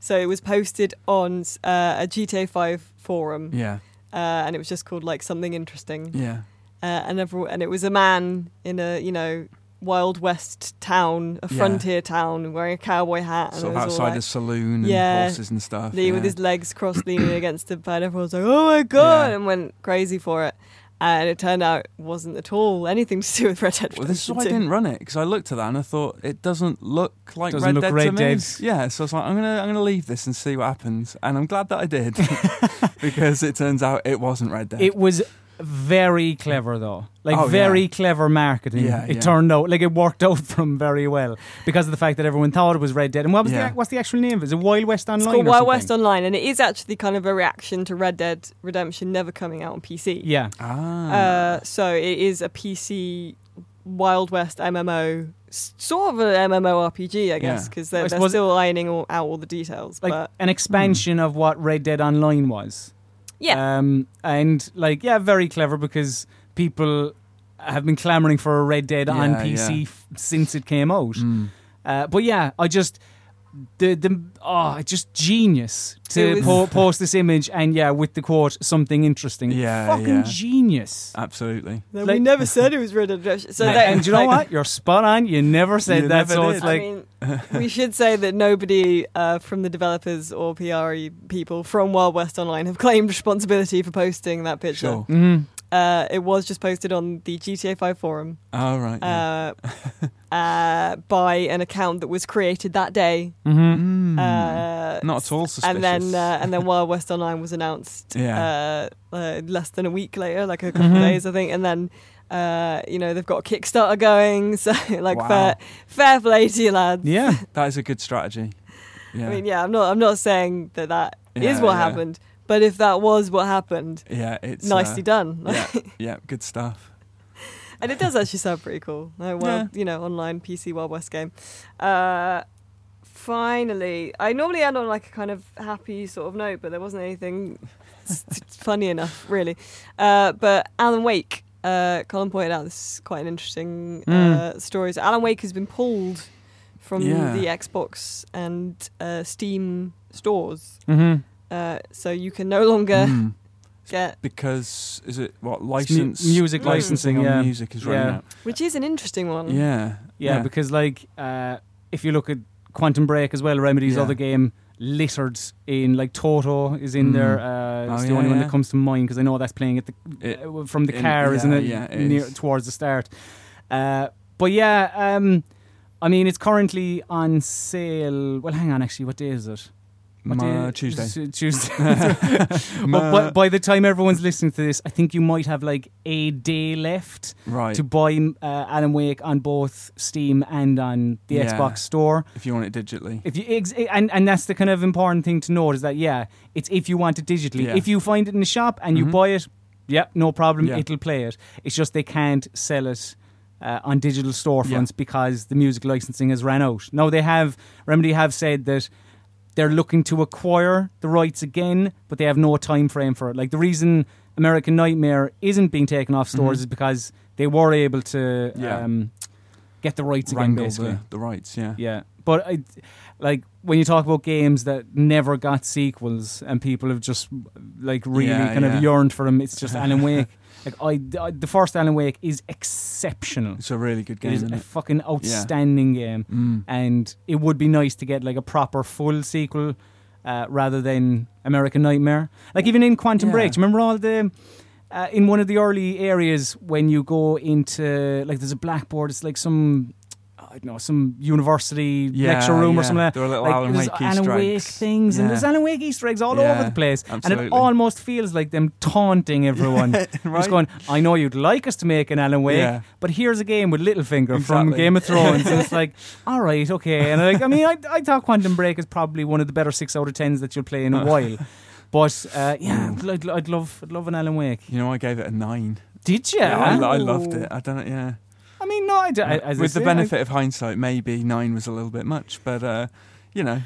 [SPEAKER 1] So it was posted on uh, a GTA 5 forum
[SPEAKER 3] Yeah.
[SPEAKER 1] uh, and it was just called like something interesting.
[SPEAKER 3] Yeah.
[SPEAKER 1] Uh, and, everyone, and it was a man in a, you know, Wild West town, a
[SPEAKER 3] Yeah.
[SPEAKER 1] frontier town, wearing a cowboy hat. And
[SPEAKER 3] Sort
[SPEAKER 1] it
[SPEAKER 3] of
[SPEAKER 1] was all
[SPEAKER 3] outside
[SPEAKER 1] like-
[SPEAKER 3] a saloon and
[SPEAKER 1] Yeah.
[SPEAKER 3] horses and stuff.
[SPEAKER 1] Lee
[SPEAKER 3] yeah.
[SPEAKER 1] with his legs crossed leaning against the bed. Everyone's like, oh my God,
[SPEAKER 3] Yeah.
[SPEAKER 1] and went crazy for it. And it turned out it wasn't at all anything to do with Red Dead Redemption.
[SPEAKER 3] Well, this is why I
[SPEAKER 1] 2.
[SPEAKER 3] didn't run it because I looked at that and I thought it doesn't look like
[SPEAKER 2] Doesn't
[SPEAKER 3] Red
[SPEAKER 2] look
[SPEAKER 3] Dead
[SPEAKER 2] Red
[SPEAKER 3] to
[SPEAKER 2] Dead.
[SPEAKER 3] me. Yeah, so I was like, I'm gonna I'm gonna leave this and see what happens, and I'm glad that I did because it turns out it wasn't Red Dead.
[SPEAKER 2] It was very clever though, like
[SPEAKER 3] Oh, yeah.
[SPEAKER 2] very clever marketing.
[SPEAKER 3] Yeah,
[SPEAKER 2] it
[SPEAKER 3] yeah.
[SPEAKER 2] turned out like it worked out from very well because of the fact that everyone thought it was Red Dead. And what was
[SPEAKER 3] Yeah.
[SPEAKER 2] the what's the actual name? of it? Is it Wild West Online?
[SPEAKER 1] It's called
[SPEAKER 2] or
[SPEAKER 1] Wild
[SPEAKER 2] something?
[SPEAKER 1] West Online, and it is actually kind of a reaction to Red Dead Redemption never coming out on PC.
[SPEAKER 2] Yeah,
[SPEAKER 3] ah,
[SPEAKER 1] Uh, so it is a PC Wild West MMO, s- sort of an MMORPG, I guess,
[SPEAKER 3] Yeah.
[SPEAKER 1] because
[SPEAKER 2] I
[SPEAKER 1] they're, they're
[SPEAKER 2] suppose-
[SPEAKER 1] still ironing all, out all the details.
[SPEAKER 2] like
[SPEAKER 1] but
[SPEAKER 2] an expansion of what Red Dead Online was.
[SPEAKER 1] yeah,
[SPEAKER 2] Um, and like, yeah, very clever because people have been clamoring for a Red Dead on
[SPEAKER 3] Yeah,
[SPEAKER 2] PC
[SPEAKER 3] yeah.
[SPEAKER 2] f- since it came out.
[SPEAKER 3] Mm.
[SPEAKER 2] Uh, but yeah, I just the the oh, it's just genius
[SPEAKER 1] It
[SPEAKER 2] to
[SPEAKER 1] was-
[SPEAKER 2] po- post this image and yeah, with the quote something interesting.
[SPEAKER 3] Yeah,
[SPEAKER 2] fucking
[SPEAKER 3] yeah.
[SPEAKER 2] genius.
[SPEAKER 3] absolutely.
[SPEAKER 1] No, we
[SPEAKER 2] like-
[SPEAKER 1] never said it was Red Dead Redemption. So
[SPEAKER 2] and,
[SPEAKER 1] that,
[SPEAKER 2] and you know
[SPEAKER 1] like-
[SPEAKER 2] what? You're spot on. You never said
[SPEAKER 3] You
[SPEAKER 2] that,
[SPEAKER 3] never
[SPEAKER 2] so
[SPEAKER 3] did.
[SPEAKER 2] it's like
[SPEAKER 1] I mean, we should say that nobody uh, from the developers or PRE people from Wild West Online have claimed responsibility for posting that picture.
[SPEAKER 3] Sure.
[SPEAKER 2] Mhm.
[SPEAKER 1] Uh, it was just posted on the GTA 5 forum
[SPEAKER 3] All right. yeah.
[SPEAKER 1] uh, uh, by an account that was created that day.
[SPEAKER 2] Mhm.
[SPEAKER 3] Mm.
[SPEAKER 1] Uh,
[SPEAKER 3] Not at all suspicious.
[SPEAKER 1] and then, uh, and then Wild West Online was announced
[SPEAKER 3] Yeah. Mm-hmm.
[SPEAKER 1] uh, uh, less than a week later, like a couple of
[SPEAKER 2] Mhm.
[SPEAKER 1] days, I think. And then, uh, you know, they've got a Kickstarter going, so like
[SPEAKER 3] Wow.
[SPEAKER 1] fair, fair play to you lads.
[SPEAKER 2] yeah,
[SPEAKER 3] that is a good strategy. Yeah.
[SPEAKER 1] I mean, yeah, I'm not. I'm not saying that that is
[SPEAKER 3] Yeah,
[SPEAKER 1] what
[SPEAKER 3] yeah.
[SPEAKER 1] happened, but if that was what happened,
[SPEAKER 3] yeah, it's
[SPEAKER 1] nicely
[SPEAKER 3] uh,
[SPEAKER 1] done.
[SPEAKER 3] yeah, yeah, good stuff.
[SPEAKER 1] and it does actually sound pretty cool. No, well, you know, online PC Wild West game. Uh, finally, I normally end on like a kind of happy sort of note, but there wasn't anything s- s- funny enough, really. Uh, but Alan Wake, uh, Colin pointed out this is quite an interesting
[SPEAKER 3] Hmm.
[SPEAKER 1] uh, story. So Alan Wake has been pulled from
[SPEAKER 3] Yeah.
[SPEAKER 1] the Xbox and uh, Steam stores.
[SPEAKER 2] hmm
[SPEAKER 1] Uh, so you can no longer
[SPEAKER 3] Mm.
[SPEAKER 1] get,
[SPEAKER 3] Because is it what
[SPEAKER 2] It's mu-
[SPEAKER 3] license
[SPEAKER 2] music
[SPEAKER 1] Mm.
[SPEAKER 2] licensing,
[SPEAKER 3] on
[SPEAKER 2] yeah.
[SPEAKER 3] music is running
[SPEAKER 2] Yeah.
[SPEAKER 3] out?
[SPEAKER 1] which is an interesting one.
[SPEAKER 3] Yeah,
[SPEAKER 2] Yeah, because like uh, if you look at Quantum Break as well, Remedy's
[SPEAKER 3] Yeah.
[SPEAKER 2] other game littered in like Toto is in
[SPEAKER 3] Mm.
[SPEAKER 2] there. Uh,
[SPEAKER 3] Oh,
[SPEAKER 2] it's the
[SPEAKER 3] yeah,
[SPEAKER 2] only one
[SPEAKER 3] yeah.
[SPEAKER 2] that comes to mind because I know that's playing at the
[SPEAKER 3] It-
[SPEAKER 2] uh, from the
[SPEAKER 3] in-
[SPEAKER 2] car,
[SPEAKER 3] yeah,
[SPEAKER 2] isn't it?
[SPEAKER 3] yeah, it
[SPEAKER 2] Near
[SPEAKER 3] is.
[SPEAKER 2] towards the start. Uh, but yeah, um, I mean it's currently on sale. Well, hang on, actually, what day is it? What day-
[SPEAKER 3] Ma- Tuesday.
[SPEAKER 2] It's, uh, Tuesday. but by, by the time everyone's listening to this, I think you might have like a day left
[SPEAKER 3] right.
[SPEAKER 2] to buy uh, Alan Wake on both Steam and on the
[SPEAKER 3] Yeah.
[SPEAKER 2] Xbox Store.
[SPEAKER 3] if you want it digitally.
[SPEAKER 2] If you ex- eh, and and that's the kind of important thing to note is that yeah, it's if you want it digitally.
[SPEAKER 3] Yeah.
[SPEAKER 2] If you find it in the shop and you
[SPEAKER 3] Mhm.
[SPEAKER 2] buy it, yep, no problem,
[SPEAKER 3] Yeah.
[SPEAKER 2] it'll play it. It's just they can't sell it. Uh, on digital storefronts because the music licensing has ran out. Now they have Remedy have said that they're looking to acquire the rights again, but they have no time frame for it. Like the reason American Nightmare isn't being taken off stores
[SPEAKER 3] Mhm.
[SPEAKER 2] is because they were able to
[SPEAKER 3] Yeah.
[SPEAKER 2] um, get the rights again,
[SPEAKER 3] wrangle
[SPEAKER 2] basically.
[SPEAKER 3] the, the rights. Yeah.
[SPEAKER 2] Yeah, but I, like when you talk about games that never got sequels and people have just like really
[SPEAKER 3] Yeah,
[SPEAKER 2] kind
[SPEAKER 3] yeah.
[SPEAKER 2] of yearned for them, it's just Alan Wake. Like I, I- the first Alan Wake is exceptional.
[SPEAKER 3] It's a really good
[SPEAKER 2] It
[SPEAKER 3] game.
[SPEAKER 2] is
[SPEAKER 3] Isn't
[SPEAKER 2] a
[SPEAKER 3] it?
[SPEAKER 2] fucking outstanding game,
[SPEAKER 3] Mm.
[SPEAKER 2] and it would be nice to get like a proper full sequel uh, rather than American Nightmare. Like even in Quantum
[SPEAKER 3] Yeah.
[SPEAKER 2] Break, do you remember all the. Uh, in one of the early areas, when you go into like, there's a blackboard. It's like some, I don't know, some university
[SPEAKER 3] Yeah,
[SPEAKER 2] lecture room or
[SPEAKER 3] yeah.
[SPEAKER 2] something. Like that
[SPEAKER 3] There are little
[SPEAKER 2] like
[SPEAKER 3] Alan
[SPEAKER 2] there's
[SPEAKER 3] Wake
[SPEAKER 2] Alan
[SPEAKER 3] Easter
[SPEAKER 2] Wake
[SPEAKER 3] eggs.
[SPEAKER 2] things
[SPEAKER 3] Yeah.
[SPEAKER 2] and there's Alan Wake Easter eggs all over
[SPEAKER 3] Yeah,
[SPEAKER 2] the place,
[SPEAKER 3] absolutely.
[SPEAKER 2] and it almost feels like them taunting everyone.
[SPEAKER 3] right?
[SPEAKER 2] Just going, I know you'd like us to make an Alan Wake,
[SPEAKER 3] Yeah.
[SPEAKER 2] but here's a game with Littlefinger from
[SPEAKER 3] Exactly.
[SPEAKER 2] Game of Thrones. and it's like, all right, okay. And like, I mean, I, I thought Quantum Break is probably one of the better six out of tens that you'll play in a while. But uh, yeah, I'd, I'd love, I'd love an Alan Wake.
[SPEAKER 3] You know, I gave it a nine.
[SPEAKER 2] Did you?
[SPEAKER 3] I, lo- I
[SPEAKER 1] Ooh.
[SPEAKER 3] loved it. I don't know. Yeah.
[SPEAKER 2] I mean, no, I, d- I- as I
[SPEAKER 3] With the
[SPEAKER 2] say, I-
[SPEAKER 3] benefit of hindsight, maybe nine was a little bit much, but uh, you know,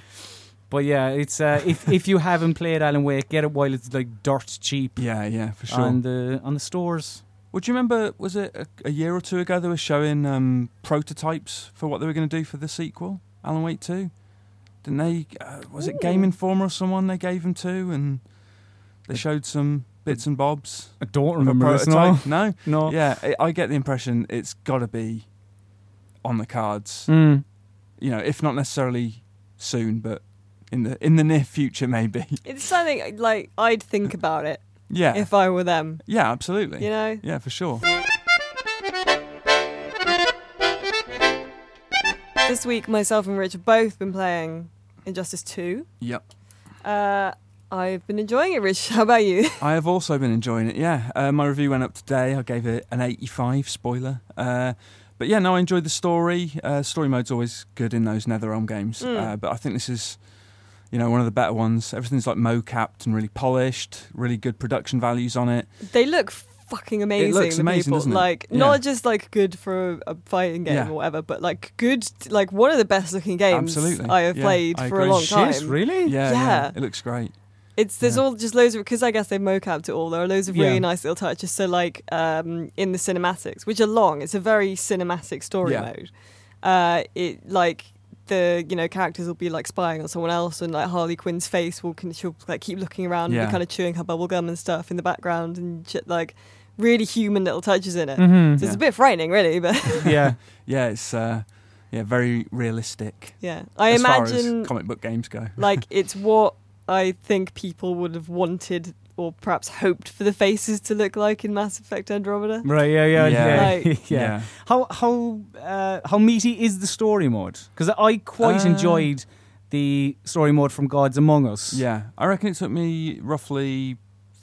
[SPEAKER 2] but yeah, it's uh, if if you haven't played Alan Wake, get it while it's like dirt cheap.
[SPEAKER 3] yeah, yeah, for sure.
[SPEAKER 2] on the on the stores.
[SPEAKER 3] Well, do you remember? Was it a, a year or two ago they were showing um, prototypes for what they were going to do for the sequel, Alan Wake Two? Didn't they? Uh, was it Game
[SPEAKER 1] Ooh.
[SPEAKER 3] Informer or someone they gave them to, and they showed some bits and bobs.
[SPEAKER 2] I don't
[SPEAKER 3] of a prototype? No,
[SPEAKER 2] No.
[SPEAKER 3] yeah, I I get the impression it's got to be on the cards.
[SPEAKER 2] Mm.
[SPEAKER 3] You know, if not necessarily soon, but in the in the near future, maybe.
[SPEAKER 1] It's something like I'd think about it
[SPEAKER 3] yeah,
[SPEAKER 1] if I were them.
[SPEAKER 3] yeah, absolutely.
[SPEAKER 1] You know,
[SPEAKER 3] Yeah, for sure.
[SPEAKER 1] this week myself and Rich have both been playing Injustice Two.
[SPEAKER 3] Yep.
[SPEAKER 1] Uh, I've been enjoying it, Rich. How about you?
[SPEAKER 3] I have also been enjoying it. Yeah, uh, my review went up today. I gave it an 85. Spoiler, uh, but yeah, no, I enjoyed the story. Uh, story mode's always good in those NetherRealm games,
[SPEAKER 1] Mm.
[SPEAKER 3] uh, but I think this is, you know, one of the better ones. Everything's like mo-capped and really polished. Really good production values on it.
[SPEAKER 1] They look fucking amazing.
[SPEAKER 3] looks
[SPEAKER 1] the
[SPEAKER 3] amazing,
[SPEAKER 1] people.
[SPEAKER 3] doesn't it?
[SPEAKER 1] Like
[SPEAKER 3] Yeah.
[SPEAKER 1] not just like good for a, a fighting game
[SPEAKER 3] Yeah.
[SPEAKER 1] or whatever, but like good. Like one of the best looking games
[SPEAKER 3] Absolutely.
[SPEAKER 1] I have
[SPEAKER 3] Yeah,
[SPEAKER 1] played
[SPEAKER 3] I
[SPEAKER 1] for a
[SPEAKER 3] agree.
[SPEAKER 1] long time.
[SPEAKER 2] Jeez, really?
[SPEAKER 3] Yeah, yeah,
[SPEAKER 1] Hmm, Yeah.
[SPEAKER 3] it looks great.
[SPEAKER 1] It's there's
[SPEAKER 3] Yeah.
[SPEAKER 1] all just loads of because I guess they mocapped it all. There are loads of
[SPEAKER 2] Yeah.
[SPEAKER 1] really nice little touches. So like um, in the cinematics, which are long, it's a very cinematic story
[SPEAKER 3] Yeah.
[SPEAKER 1] mode. Uh, it like the you know characters will be like spying on someone else, and like Harley Quinn's face will can, she'll like keep looking around and
[SPEAKER 3] Yeah.
[SPEAKER 1] be kind of chewing her bubble gum and stuff in the background and shit like really human little touches in it. So
[SPEAKER 2] Mm-hmm.
[SPEAKER 1] it's
[SPEAKER 3] Yeah.
[SPEAKER 1] a bit frightening, really, but
[SPEAKER 2] yeah.
[SPEAKER 3] Yeah, it's uh, yeah very realistic.
[SPEAKER 1] yeah, I
[SPEAKER 3] as far
[SPEAKER 1] imagine
[SPEAKER 3] as comic book games go.
[SPEAKER 1] like it's what I think people would have wanted or perhaps hoped for the faces to look like in Mass Effect Andromeda.
[SPEAKER 2] Right. Yeah. Yeah. Yeah.
[SPEAKER 1] Yeah. Like-
[SPEAKER 2] yeah. How how uh, how meaty is the story mode? Because I quite
[SPEAKER 3] Uh,
[SPEAKER 2] enjoyed the story mode from Gods Among Us.
[SPEAKER 3] Yeah, I reckon it took me roughly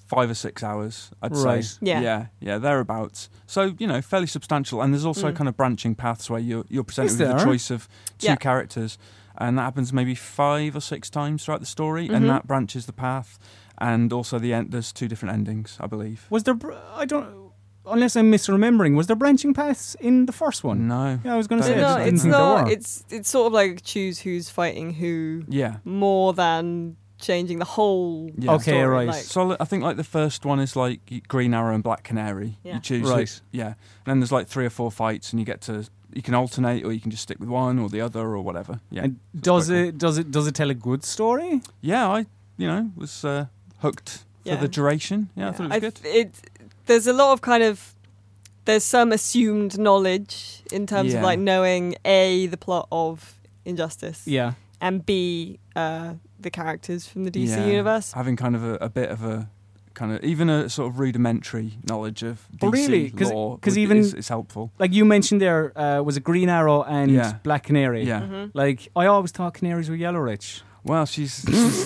[SPEAKER 3] five or six hours. I'd
[SPEAKER 2] Right.
[SPEAKER 3] say.
[SPEAKER 1] Yeah.
[SPEAKER 3] yeah, yeah, thereabouts. So you know, fairly substantial. And there's also
[SPEAKER 1] Mm.
[SPEAKER 3] kind of branching paths where you're you're presented
[SPEAKER 2] Is
[SPEAKER 3] with
[SPEAKER 2] there?
[SPEAKER 3] the choice of two
[SPEAKER 1] Yeah.
[SPEAKER 3] characters, and that happens maybe five or six times throughout the story,
[SPEAKER 1] Mhm.
[SPEAKER 2] Mm-hmm.
[SPEAKER 3] and that branches the path. And also the end. There's two different endings, I believe.
[SPEAKER 2] Was there? br- I don't. Unless I'm misremembering, was there branching paths in the first one?
[SPEAKER 3] No.
[SPEAKER 2] Yeah, I was going to
[SPEAKER 3] Don't
[SPEAKER 2] say.
[SPEAKER 3] think
[SPEAKER 1] no,
[SPEAKER 2] I just
[SPEAKER 3] so.
[SPEAKER 2] didn't
[SPEAKER 1] it's
[SPEAKER 2] think there
[SPEAKER 1] not.
[SPEAKER 2] were.
[SPEAKER 1] It's it's sort of like choose who's fighting who
[SPEAKER 3] Yeah.
[SPEAKER 1] more than changing the whole.
[SPEAKER 3] Yeah.
[SPEAKER 2] Okay,
[SPEAKER 1] story,
[SPEAKER 2] right.
[SPEAKER 1] like-
[SPEAKER 3] So I- I think like the first one is like Green Arrow and Black Canary.
[SPEAKER 1] Yeah.
[SPEAKER 3] You choose
[SPEAKER 2] Right.
[SPEAKER 3] it. Yeah. And then there's like three or four fights and you get to you can alternate or you can just stick with one or the other or whatever. Yeah.
[SPEAKER 2] And does
[SPEAKER 3] quite cool.
[SPEAKER 2] it does it does it tell a good story?
[SPEAKER 3] yeah, I you know, was uh, hooked
[SPEAKER 1] Yeah.
[SPEAKER 3] for the duration. Yeah, I thought it was
[SPEAKER 1] I
[SPEAKER 3] good.
[SPEAKER 1] th- it- there's a lot of kind of there's some assumed knowledge in terms of
[SPEAKER 3] Yeah.
[SPEAKER 1] like knowing a the plot of Injustice
[SPEAKER 2] Yeah.
[SPEAKER 1] and b uh, the characters from the DC
[SPEAKER 3] Yeah.
[SPEAKER 1] universe.
[SPEAKER 3] Having kind of a, a bit of a kind of even a sort of rudimentary knowledge of
[SPEAKER 2] Well,
[SPEAKER 3] DC
[SPEAKER 2] Oh, really, 'cause-
[SPEAKER 3] law
[SPEAKER 2] 'cause
[SPEAKER 3] would-
[SPEAKER 2] even-
[SPEAKER 3] is, is helpful.
[SPEAKER 2] Like you mentioned, there uh, was a Green Arrow and
[SPEAKER 3] Yeah.
[SPEAKER 2] Black Canary.
[SPEAKER 3] Yeah.
[SPEAKER 1] hmm
[SPEAKER 2] Like I always thought canaries were yellow rich.
[SPEAKER 3] Well, she's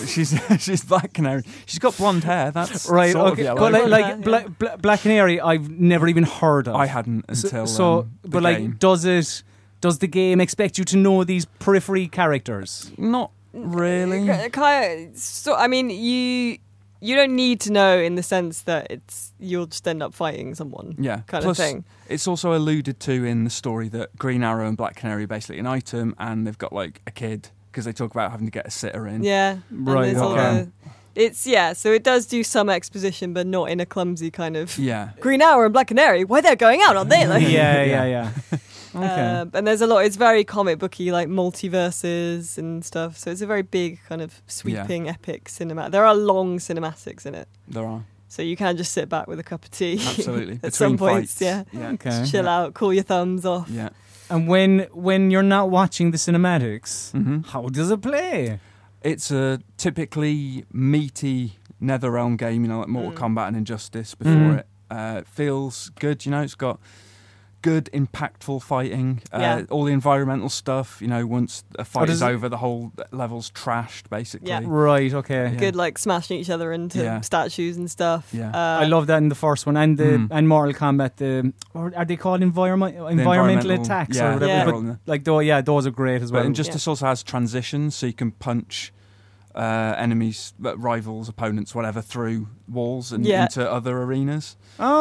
[SPEAKER 3] she's she's, she's black canary. She's got blonde hair. That's
[SPEAKER 2] Right,
[SPEAKER 3] sort of
[SPEAKER 2] okay.
[SPEAKER 3] yellow.
[SPEAKER 2] But like,
[SPEAKER 1] Yeah,
[SPEAKER 2] like
[SPEAKER 1] yeah.
[SPEAKER 2] Bla- Bla- Black Canary, I've never even heard of.
[SPEAKER 3] I hadn't
[SPEAKER 2] So-
[SPEAKER 3] until
[SPEAKER 2] so,
[SPEAKER 3] um, the
[SPEAKER 2] but like,
[SPEAKER 3] game.
[SPEAKER 2] does it? Does the game expect you to know these periphery characters?
[SPEAKER 3] not really.
[SPEAKER 1] Kind of, so, I mean, you you don't need to know in the sense that it's you'll just end up fighting someone
[SPEAKER 3] Yeah.
[SPEAKER 1] kind
[SPEAKER 3] Plus,
[SPEAKER 1] of thing.
[SPEAKER 3] It's also alluded to in the story that Green Arrow and Black Canary are basically an item, and they've got like a kid because they talk about having to get a sitter in.
[SPEAKER 1] Yeah, and
[SPEAKER 2] Right,
[SPEAKER 1] there's all
[SPEAKER 3] okay.
[SPEAKER 1] the- It's yeah, so it does do some exposition, but not in a clumsy kind of
[SPEAKER 3] Yeah.
[SPEAKER 1] Green Hour and Black Canary. Why they're going out, aren't they? Like,
[SPEAKER 2] yeah, yeah, yeah. okay.
[SPEAKER 1] Uh, and there's a lot. It's very comic booky, like multiverses and stuff. So it's a very big kind of sweeping epic cinema. There are long cinematics in it,
[SPEAKER 3] There are.
[SPEAKER 1] so you can just sit back with a cup of tea.
[SPEAKER 3] Absolutely.
[SPEAKER 1] At some
[SPEAKER 3] Between
[SPEAKER 1] points,
[SPEAKER 3] fights.
[SPEAKER 1] yeah.
[SPEAKER 3] Yeah.
[SPEAKER 2] okay.
[SPEAKER 1] Chill out, cool your thumbs off.
[SPEAKER 3] Yeah.
[SPEAKER 2] And when when you're not watching the cinematics,
[SPEAKER 3] hmm
[SPEAKER 2] how does it play?
[SPEAKER 3] It's a typically meaty Netherrealm game, you know, like Mortal
[SPEAKER 1] Mm.
[SPEAKER 3] Kombat and Injustice before
[SPEAKER 2] Mm.
[SPEAKER 3] it. Uh, it feels good, you know, it's got good, impactful fighting. Uh,
[SPEAKER 1] Yeah. Oh,
[SPEAKER 3] All the environmental stuff, you know, once a fight
[SPEAKER 2] does
[SPEAKER 3] is
[SPEAKER 2] it-
[SPEAKER 3] over, the whole level's trashed, basically.
[SPEAKER 1] Yeah.
[SPEAKER 2] Right. Okay.
[SPEAKER 3] Yeah.
[SPEAKER 1] Good, like smashing each other into
[SPEAKER 3] Yeah.
[SPEAKER 1] statues and stuff.
[SPEAKER 3] Yeah.
[SPEAKER 1] Uh,
[SPEAKER 2] I love that in the first one and the
[SPEAKER 3] Mm.
[SPEAKER 2] and Mortal Kombat. The or are they called environment
[SPEAKER 3] The
[SPEAKER 2] environmental attacks
[SPEAKER 3] yeah,
[SPEAKER 2] or whatever?
[SPEAKER 1] Yeah.
[SPEAKER 3] they're
[SPEAKER 2] But
[SPEAKER 3] all in there.
[SPEAKER 2] like though, yeah, those are great as
[SPEAKER 3] But
[SPEAKER 2] well.
[SPEAKER 3] Injustice also has transitions, so you can punch uh, enemies, uh, rivals, opponents, whatever, through walls and
[SPEAKER 1] Yeah.
[SPEAKER 3] into other arenas.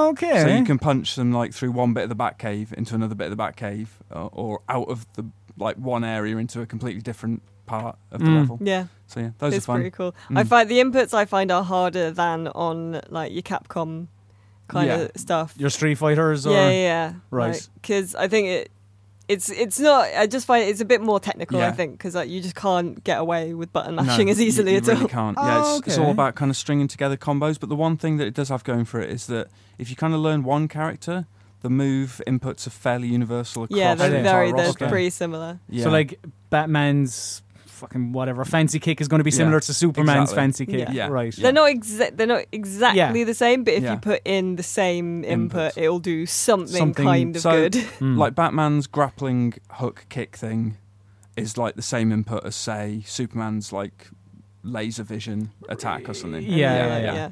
[SPEAKER 2] okay.
[SPEAKER 3] So you can punch them like through one bit of the back cave into another bit of the back cave, or, or out of the like one area into a completely different part of the
[SPEAKER 2] Mm.
[SPEAKER 3] level.
[SPEAKER 1] yeah,
[SPEAKER 3] So yeah, those
[SPEAKER 1] it's
[SPEAKER 3] are fun.
[SPEAKER 1] pretty cool. I
[SPEAKER 3] Mm.
[SPEAKER 1] find the inputs I find are harder than on like your Capcom kind
[SPEAKER 3] Yeah.
[SPEAKER 1] of stuff.
[SPEAKER 2] your Street Fighters or
[SPEAKER 1] yeah, yeah, yeah.
[SPEAKER 2] Right.
[SPEAKER 1] Because I think it, it's it's not. I just find it's a bit more technical. I
[SPEAKER 3] Yeah.
[SPEAKER 1] think because like you just can't get away with button
[SPEAKER 3] No,
[SPEAKER 1] mashing as
[SPEAKER 3] you-
[SPEAKER 1] easily
[SPEAKER 3] you
[SPEAKER 1] at
[SPEAKER 3] really
[SPEAKER 1] all.
[SPEAKER 3] can't.
[SPEAKER 2] Oh,
[SPEAKER 3] Yeah, it's, it's all
[SPEAKER 2] okay.
[SPEAKER 3] about kind of stringing together combos. But the one thing that it does have going for it is that if you kind of learn one character, the move inputs are fairly universal across
[SPEAKER 1] Yeah,
[SPEAKER 3] the
[SPEAKER 1] they're
[SPEAKER 2] Okay.
[SPEAKER 3] entire
[SPEAKER 1] very they're
[SPEAKER 3] roster.
[SPEAKER 2] Okay.
[SPEAKER 1] pretty similar.
[SPEAKER 3] Yeah.
[SPEAKER 2] So like Batman's fucking whatever fancy kick is going to be
[SPEAKER 3] Yeah,
[SPEAKER 2] similar to Superman's
[SPEAKER 3] exactly.
[SPEAKER 2] fancy kick,
[SPEAKER 1] Yeah.
[SPEAKER 3] Yeah.
[SPEAKER 2] right?
[SPEAKER 3] Yeah.
[SPEAKER 1] They're not exa- they're not exactly the same, but if
[SPEAKER 3] Yeah.
[SPEAKER 1] you put in the same input,
[SPEAKER 3] Inputs.
[SPEAKER 1] it'll do something,
[SPEAKER 2] Something-
[SPEAKER 1] kind of
[SPEAKER 3] so-
[SPEAKER 1] good.
[SPEAKER 2] Mm.
[SPEAKER 3] like Batman's grappling hook kick thing is like the same input as say Superman's like laser vision attack or something.
[SPEAKER 2] Yeah,
[SPEAKER 1] And, uh,
[SPEAKER 2] yeah, yeah.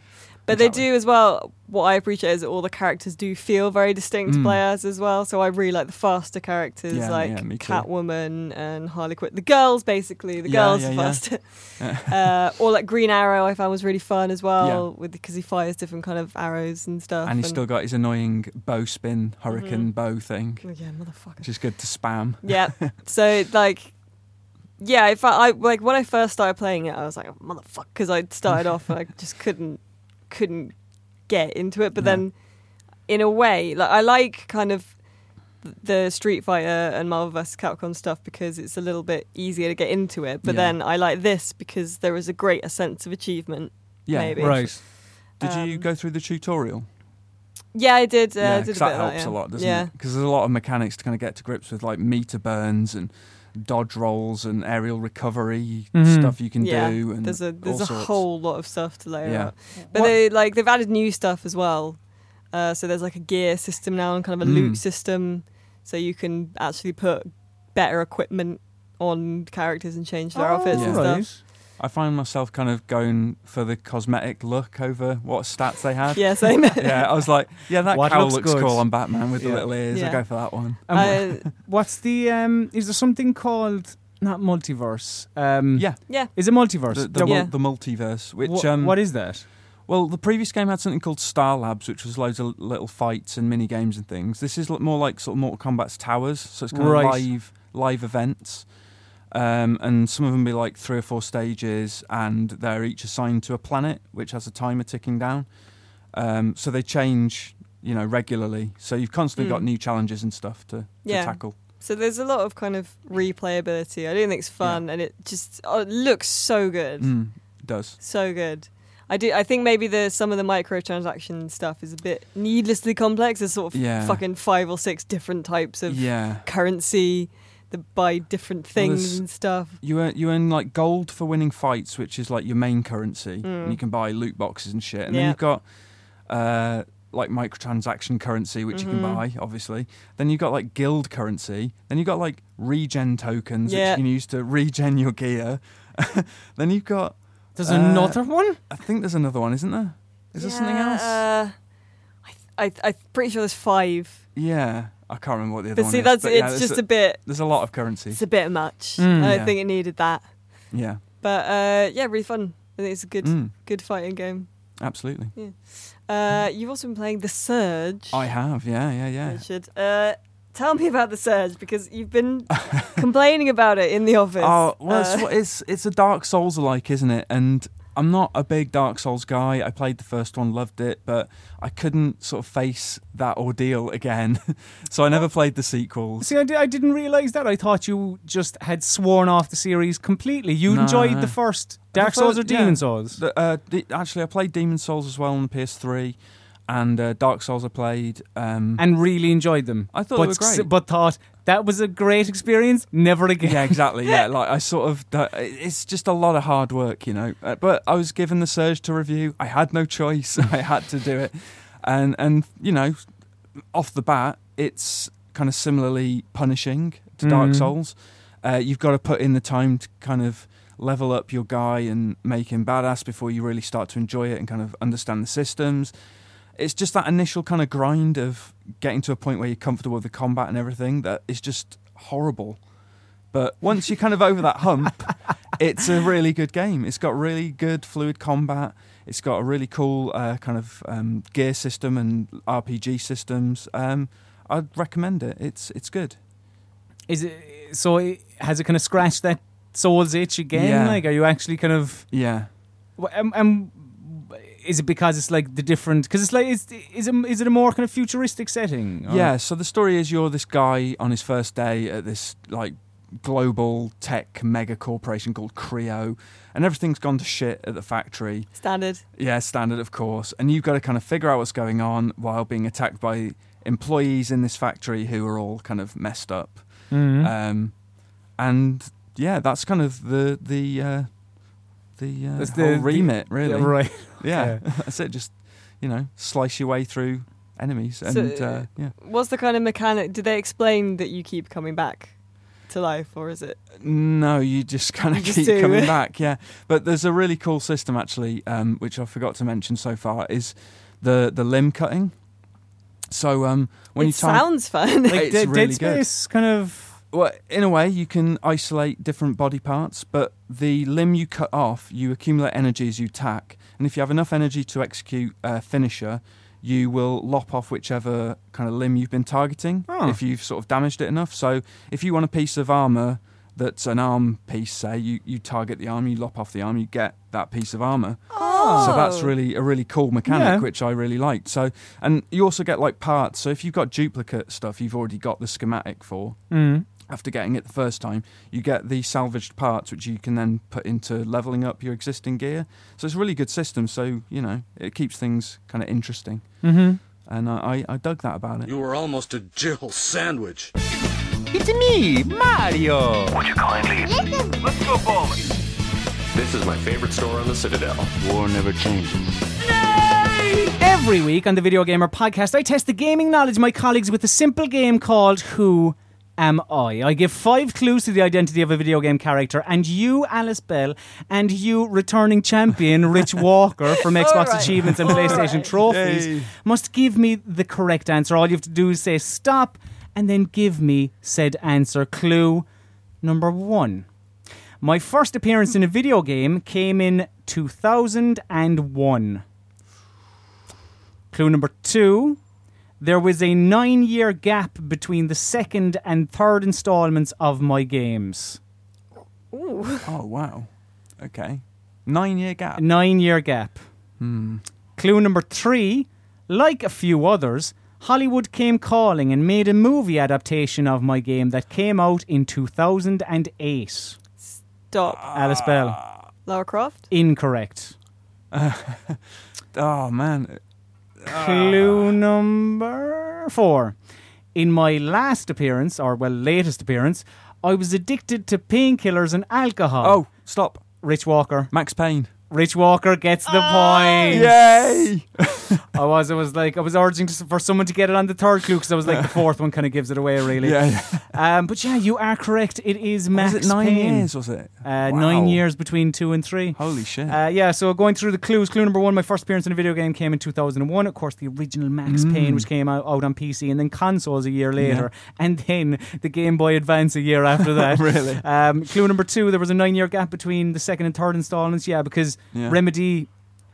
[SPEAKER 1] But
[SPEAKER 3] Exactly.
[SPEAKER 1] they do as well. What I appreciate is that all the characters do feel very distinct to
[SPEAKER 3] Mm.
[SPEAKER 1] players as well. So I really like the faster characters,
[SPEAKER 3] Yeah,
[SPEAKER 1] like
[SPEAKER 3] yeah, me too.
[SPEAKER 1] Catwoman and Harley Quinn. The girls, basically, the
[SPEAKER 3] Yeah,
[SPEAKER 1] girls
[SPEAKER 3] yeah,
[SPEAKER 1] are
[SPEAKER 3] yeah.
[SPEAKER 1] faster. uh, or like Green Arrow, I found was really fun as well, with because he fires different kind of arrows and stuff.
[SPEAKER 3] And he's still got his annoying bow spin
[SPEAKER 1] Mm-hmm.
[SPEAKER 3] hurricane bow thing,
[SPEAKER 1] Oh, yeah, motherfucker.
[SPEAKER 3] which is good to spam.
[SPEAKER 1] Yeah. So like, yeah, if I, I like when I first started playing it, I was like, oh, motherfucker, because I started off and I just couldn't couldn't get into it. But
[SPEAKER 3] Yeah.
[SPEAKER 1] then, in a way, like I like kind of the Street Fighter and Marvel vs. Capcom stuff because it's a little bit easier to get into it. But
[SPEAKER 3] Yeah.
[SPEAKER 1] then I like this because there is a greater sense of achievement.
[SPEAKER 3] Yeah,
[SPEAKER 1] Maybe.
[SPEAKER 2] right.
[SPEAKER 3] Did you
[SPEAKER 1] Um,
[SPEAKER 3] go through the tutorial?
[SPEAKER 1] Yeah, I did. Uh, I did a
[SPEAKER 3] 'cause
[SPEAKER 1] bit
[SPEAKER 3] that
[SPEAKER 1] of
[SPEAKER 3] helps
[SPEAKER 1] yeah.
[SPEAKER 3] a lot, doesn't
[SPEAKER 1] yeah.
[SPEAKER 3] it? Because there's a lot of mechanics to kind of get to grips with, like meter burns and dodge rolls and aerial recovery
[SPEAKER 2] Mhm.
[SPEAKER 3] stuff you can
[SPEAKER 1] Yeah,
[SPEAKER 3] do. And
[SPEAKER 1] There's a there's
[SPEAKER 3] all
[SPEAKER 1] a
[SPEAKER 3] sorts.
[SPEAKER 1] whole lot of stuff to layer
[SPEAKER 3] Yeah.
[SPEAKER 1] up. But
[SPEAKER 2] What-
[SPEAKER 1] they like they've added new stuff as well. Uh, so there's like a gear system now and kind of a loot
[SPEAKER 3] Mm.
[SPEAKER 1] system, so you can actually put better equipment on characters and change
[SPEAKER 2] Oh.
[SPEAKER 1] their outfits
[SPEAKER 3] yeah.
[SPEAKER 1] and
[SPEAKER 2] right.
[SPEAKER 1] stuff.
[SPEAKER 3] I find myself kind of going for the cosmetic look over what stats they had.
[SPEAKER 1] Yeah, same.
[SPEAKER 3] yeah, I was like, yeah, that
[SPEAKER 2] What
[SPEAKER 3] cowl
[SPEAKER 2] looks
[SPEAKER 3] looks,
[SPEAKER 2] good.
[SPEAKER 3] cool on Batman with
[SPEAKER 2] Yeah.
[SPEAKER 3] the little ears.
[SPEAKER 1] Yeah.
[SPEAKER 3] I'll go for that one.
[SPEAKER 2] And wha-
[SPEAKER 1] Uh,
[SPEAKER 2] What's the um? Is there something called not multiverse? Um,
[SPEAKER 3] Yeah,
[SPEAKER 1] yeah,
[SPEAKER 2] Is it multiverse?
[SPEAKER 3] the,
[SPEAKER 2] That-
[SPEAKER 3] the,
[SPEAKER 1] Yeah.
[SPEAKER 3] mul- the multiverse, which
[SPEAKER 2] wha-
[SPEAKER 3] um,
[SPEAKER 2] what is that?
[SPEAKER 3] well, the previous game had something called Star Labs, which was loads of little fights and mini games and things. This is li- more like sort of Mortal Kombat's towers, so it's kind
[SPEAKER 2] Right.
[SPEAKER 3] of live live events. Um, and some of them be like three or four stages, and they're each assigned to a planet, which has a timer ticking down. Um, so they change, you know, regularly. So you've constantly got
[SPEAKER 1] Mm.
[SPEAKER 3] new challenges and stuff to, to
[SPEAKER 1] Yeah.
[SPEAKER 3] tackle.
[SPEAKER 1] so there's a lot of kind of replayability. I do think it's fun, and it just oh, it looks so good,
[SPEAKER 3] Mm, does.
[SPEAKER 1] so good. I do. I think maybe the some of the microtransaction stuff is a bit needlessly complex. There's sort of
[SPEAKER 3] Yeah.
[SPEAKER 1] fucking five or six different types of
[SPEAKER 3] Yeah.
[SPEAKER 1] currency, the buy different things
[SPEAKER 3] there's-
[SPEAKER 1] and stuff.
[SPEAKER 3] You earn, you earn like gold for winning fights, which is like your main currency,
[SPEAKER 1] Mm.
[SPEAKER 3] and you can buy loot boxes and shit. And
[SPEAKER 1] Yeah.
[SPEAKER 3] then you've got uh, like microtransaction currency, which you can
[SPEAKER 1] Mhm.
[SPEAKER 3] buy, obviously. Then you've got like guild currency. Then you've got like regen tokens,
[SPEAKER 1] Yeah.
[SPEAKER 3] which you can use to regen your gear. then you've got,
[SPEAKER 2] There's
[SPEAKER 3] Uh,
[SPEAKER 2] another one.
[SPEAKER 3] I think there's another one, isn't there? Is there something
[SPEAKER 1] Yeah,
[SPEAKER 3] else?
[SPEAKER 1] Uh, I, th- I, I'm pretty sure there's five.
[SPEAKER 3] yeah, I can't remember what the other
[SPEAKER 1] But
[SPEAKER 3] one
[SPEAKER 1] see,
[SPEAKER 3] is.
[SPEAKER 1] that's
[SPEAKER 3] but
[SPEAKER 1] it's
[SPEAKER 3] yeah, there's
[SPEAKER 1] just
[SPEAKER 3] a,
[SPEAKER 1] a bit.
[SPEAKER 3] there's a lot of currency.
[SPEAKER 1] It's a bit much.
[SPEAKER 2] Mm.
[SPEAKER 1] I don't
[SPEAKER 3] Yeah.
[SPEAKER 1] think it needed that.
[SPEAKER 3] Yeah,
[SPEAKER 1] But uh, yeah, really fun. I think it's a good,
[SPEAKER 3] Mm,
[SPEAKER 1] good fighting game.
[SPEAKER 3] absolutely.
[SPEAKER 1] Uh, you've also been playing The Surge,
[SPEAKER 3] Hmm. I have. Yeah, yeah, yeah.
[SPEAKER 1] Richard. Uh, tell me about The Surge because you've been complaining about it in the office.
[SPEAKER 3] Oh well,
[SPEAKER 1] Uh,
[SPEAKER 3] it's, it's it's a Dark Souls alike, isn't it? And I'm not a big Dark Souls guy. I played the first one, loved it, but I couldn't sort of face that ordeal again. so I never played the sequels.
[SPEAKER 2] See, I, di- I didn't realize that. I thought you just had sworn off the series completely. You
[SPEAKER 3] No,
[SPEAKER 2] enjoyed
[SPEAKER 3] no.
[SPEAKER 2] the first Dark
[SPEAKER 3] The
[SPEAKER 2] Souls or
[SPEAKER 3] first-
[SPEAKER 2] Demon
[SPEAKER 3] yeah.
[SPEAKER 2] Souls.
[SPEAKER 3] The, uh, the, actually, I played Demon Souls as well on the PS3, and uh, Dark Souls I played. Um,
[SPEAKER 2] and really enjoyed them.
[SPEAKER 3] I thought
[SPEAKER 2] but,
[SPEAKER 3] they were
[SPEAKER 2] s-
[SPEAKER 3] great.
[SPEAKER 2] but thought that was a great experience. Never again.
[SPEAKER 3] yeah, exactly. Yeah, like I sort of, that- it's just a lot of hard work, you know. Uh, But I was given the surge to review. I had no choice. I had to do it, and and you know, off the bat, it's kind of similarly punishing to Dark
[SPEAKER 2] Mhm.
[SPEAKER 3] Souls. Uh, you've got to put in the time to kind of level up your guy and make him badass before you really start to enjoy it and kind of understand the systems. It's just that initial kind of grind of getting to a point where you're comfortable with the combat and everything that is just horrible. But once you're kind of over that hump, it's a really good game. It's got really good fluid combat. It's got a really cool uh, kind of um, gear system and RPG systems. Um, I'd recommend it. It's it's good.
[SPEAKER 2] Is it so? It, has it kind of scratched that Souls itch again?
[SPEAKER 3] Yeah.
[SPEAKER 2] Like, are you actually kind of?
[SPEAKER 3] Yeah.
[SPEAKER 2] wh- Um, um, is it because it's like the different? Because it's like, is is it, is it a more kind of futuristic setting? or-
[SPEAKER 3] Yeah. So the story is you're this guy on his first day at this like global tech mega corporation called Creo, and everything's gone to shit at the factory.
[SPEAKER 1] Standard.
[SPEAKER 3] Yeah, standard, of course. And you've got to kind of figure out what's going on while being attacked by employees in this factory who are all kind of messed up.
[SPEAKER 2] Mhm.
[SPEAKER 3] Um, and yeah, that's kind of the the uh, the, uh,
[SPEAKER 2] That's the-
[SPEAKER 3] whole
[SPEAKER 2] the-
[SPEAKER 3] remit, really.
[SPEAKER 2] Yeah, right.
[SPEAKER 3] Yeah. that's it. Just you know, slice your way through enemies,
[SPEAKER 1] So-
[SPEAKER 3] and uh, yeah,
[SPEAKER 1] What's the kind of mechanic? Do they explain that you keep coming back to life, or is it?
[SPEAKER 3] no, you just kind
[SPEAKER 1] You
[SPEAKER 3] of
[SPEAKER 1] just
[SPEAKER 3] keep
[SPEAKER 1] do
[SPEAKER 3] coming
[SPEAKER 1] it.
[SPEAKER 3] back. Yeah, but there's a really cool system actually, um, which I forgot to mention so far is the the limb cutting. So um, when
[SPEAKER 1] it
[SPEAKER 3] you time
[SPEAKER 1] sounds fun.
[SPEAKER 2] Like
[SPEAKER 3] It's
[SPEAKER 2] Dead-
[SPEAKER 3] really
[SPEAKER 2] Dead
[SPEAKER 3] good.
[SPEAKER 2] Space, kind of.
[SPEAKER 3] Well, in a way, you can isolate different body parts, but the limb you cut off, you accumulate energy as you tack. And if you have enough energy to execute a finisher, you will lop off whichever kind of limb you've been targeting
[SPEAKER 2] Oh.
[SPEAKER 3] if you've sort of damaged it enough. So if you want a piece of armor that's an arm piece, say, you, you target the arm, you lop off the arm, you get that piece of armor.
[SPEAKER 1] Oh.
[SPEAKER 3] So that's really a really cool mechanic,
[SPEAKER 2] Yeah.
[SPEAKER 3] which I really liked. So, and you also get like parts. So if you've got duplicate stuff, you've already got the schematic for
[SPEAKER 2] Mm.
[SPEAKER 3] after getting it the first time, you get the salvaged parts, which you can then put into leveling up your existing gear. So it's a really good system. So you know it keeps things kind of interesting,
[SPEAKER 2] hmm
[SPEAKER 3] and I, I, I dug that about it.
[SPEAKER 4] You were almost a Jill sandwich.
[SPEAKER 5] It's me, Mario.
[SPEAKER 6] Would you kindly listen? Let's go bowling.
[SPEAKER 7] This is my favorite store on the Citadel.
[SPEAKER 5] War never changes.
[SPEAKER 2] Every week on the Video Gamer Podcast, I test the gaming knowledge of my colleagues with a simple game called Who Am I? I give five clues to the identity of a video game character, and you, Alice Bell, and you, returning champion Rich Walker from Xbox
[SPEAKER 1] right.
[SPEAKER 2] Achievements and
[SPEAKER 1] All
[SPEAKER 2] PlayStation
[SPEAKER 1] right.
[SPEAKER 2] Trophies,
[SPEAKER 3] Yay.
[SPEAKER 2] must give me the correct answer. All you have to do is say stop and then give me said answer. Clue number one. My first appearance in a video game came in 2001. Clue number two. There was a nine year gap between the second and third installments of my games.
[SPEAKER 3] Oh wow, okay, nine year gap.
[SPEAKER 2] Nine year gap. Clue number three. Like a few others, Hollywood came calling and made a movie adaptation of my game that came out in 2008.
[SPEAKER 1] Stop.
[SPEAKER 2] Alice Bell.
[SPEAKER 1] Lara Croft.
[SPEAKER 2] Incorrect.
[SPEAKER 3] Oh man,
[SPEAKER 2] Clue number four. In my last appearance, or well, latest appearance, I was addicted to painkillers and alcohol.
[SPEAKER 3] oh stop,
[SPEAKER 2] Rich Walker.
[SPEAKER 3] Max Payne.
[SPEAKER 2] Rich Walker gets the point.
[SPEAKER 3] Yay!
[SPEAKER 2] I was, I was like, I was urging to- for someone to get it on the third clue because I was like, the fourth one kind of gives it away, really.
[SPEAKER 3] Yeah, yeah.
[SPEAKER 2] Um, but yeah, you are correct. It is Max
[SPEAKER 3] was it nine
[SPEAKER 2] Payne.
[SPEAKER 3] years? Was it
[SPEAKER 2] Uh,
[SPEAKER 3] Wow.
[SPEAKER 2] Nine years between two and three.
[SPEAKER 3] Holy shit!
[SPEAKER 2] Uh, yeah, so going through the clues, clue number one, my first appearance in a video game came in 2001. Of course, the original Max
[SPEAKER 3] Mm.
[SPEAKER 2] Payne, which came out, out on PC and then consoles a year later, and then the Game Boy Advance a year after that.
[SPEAKER 3] Really?
[SPEAKER 2] Um, clue number two, there was a nine year gap between the second and third installments. Yeah, because
[SPEAKER 3] Yeah.
[SPEAKER 2] Remedy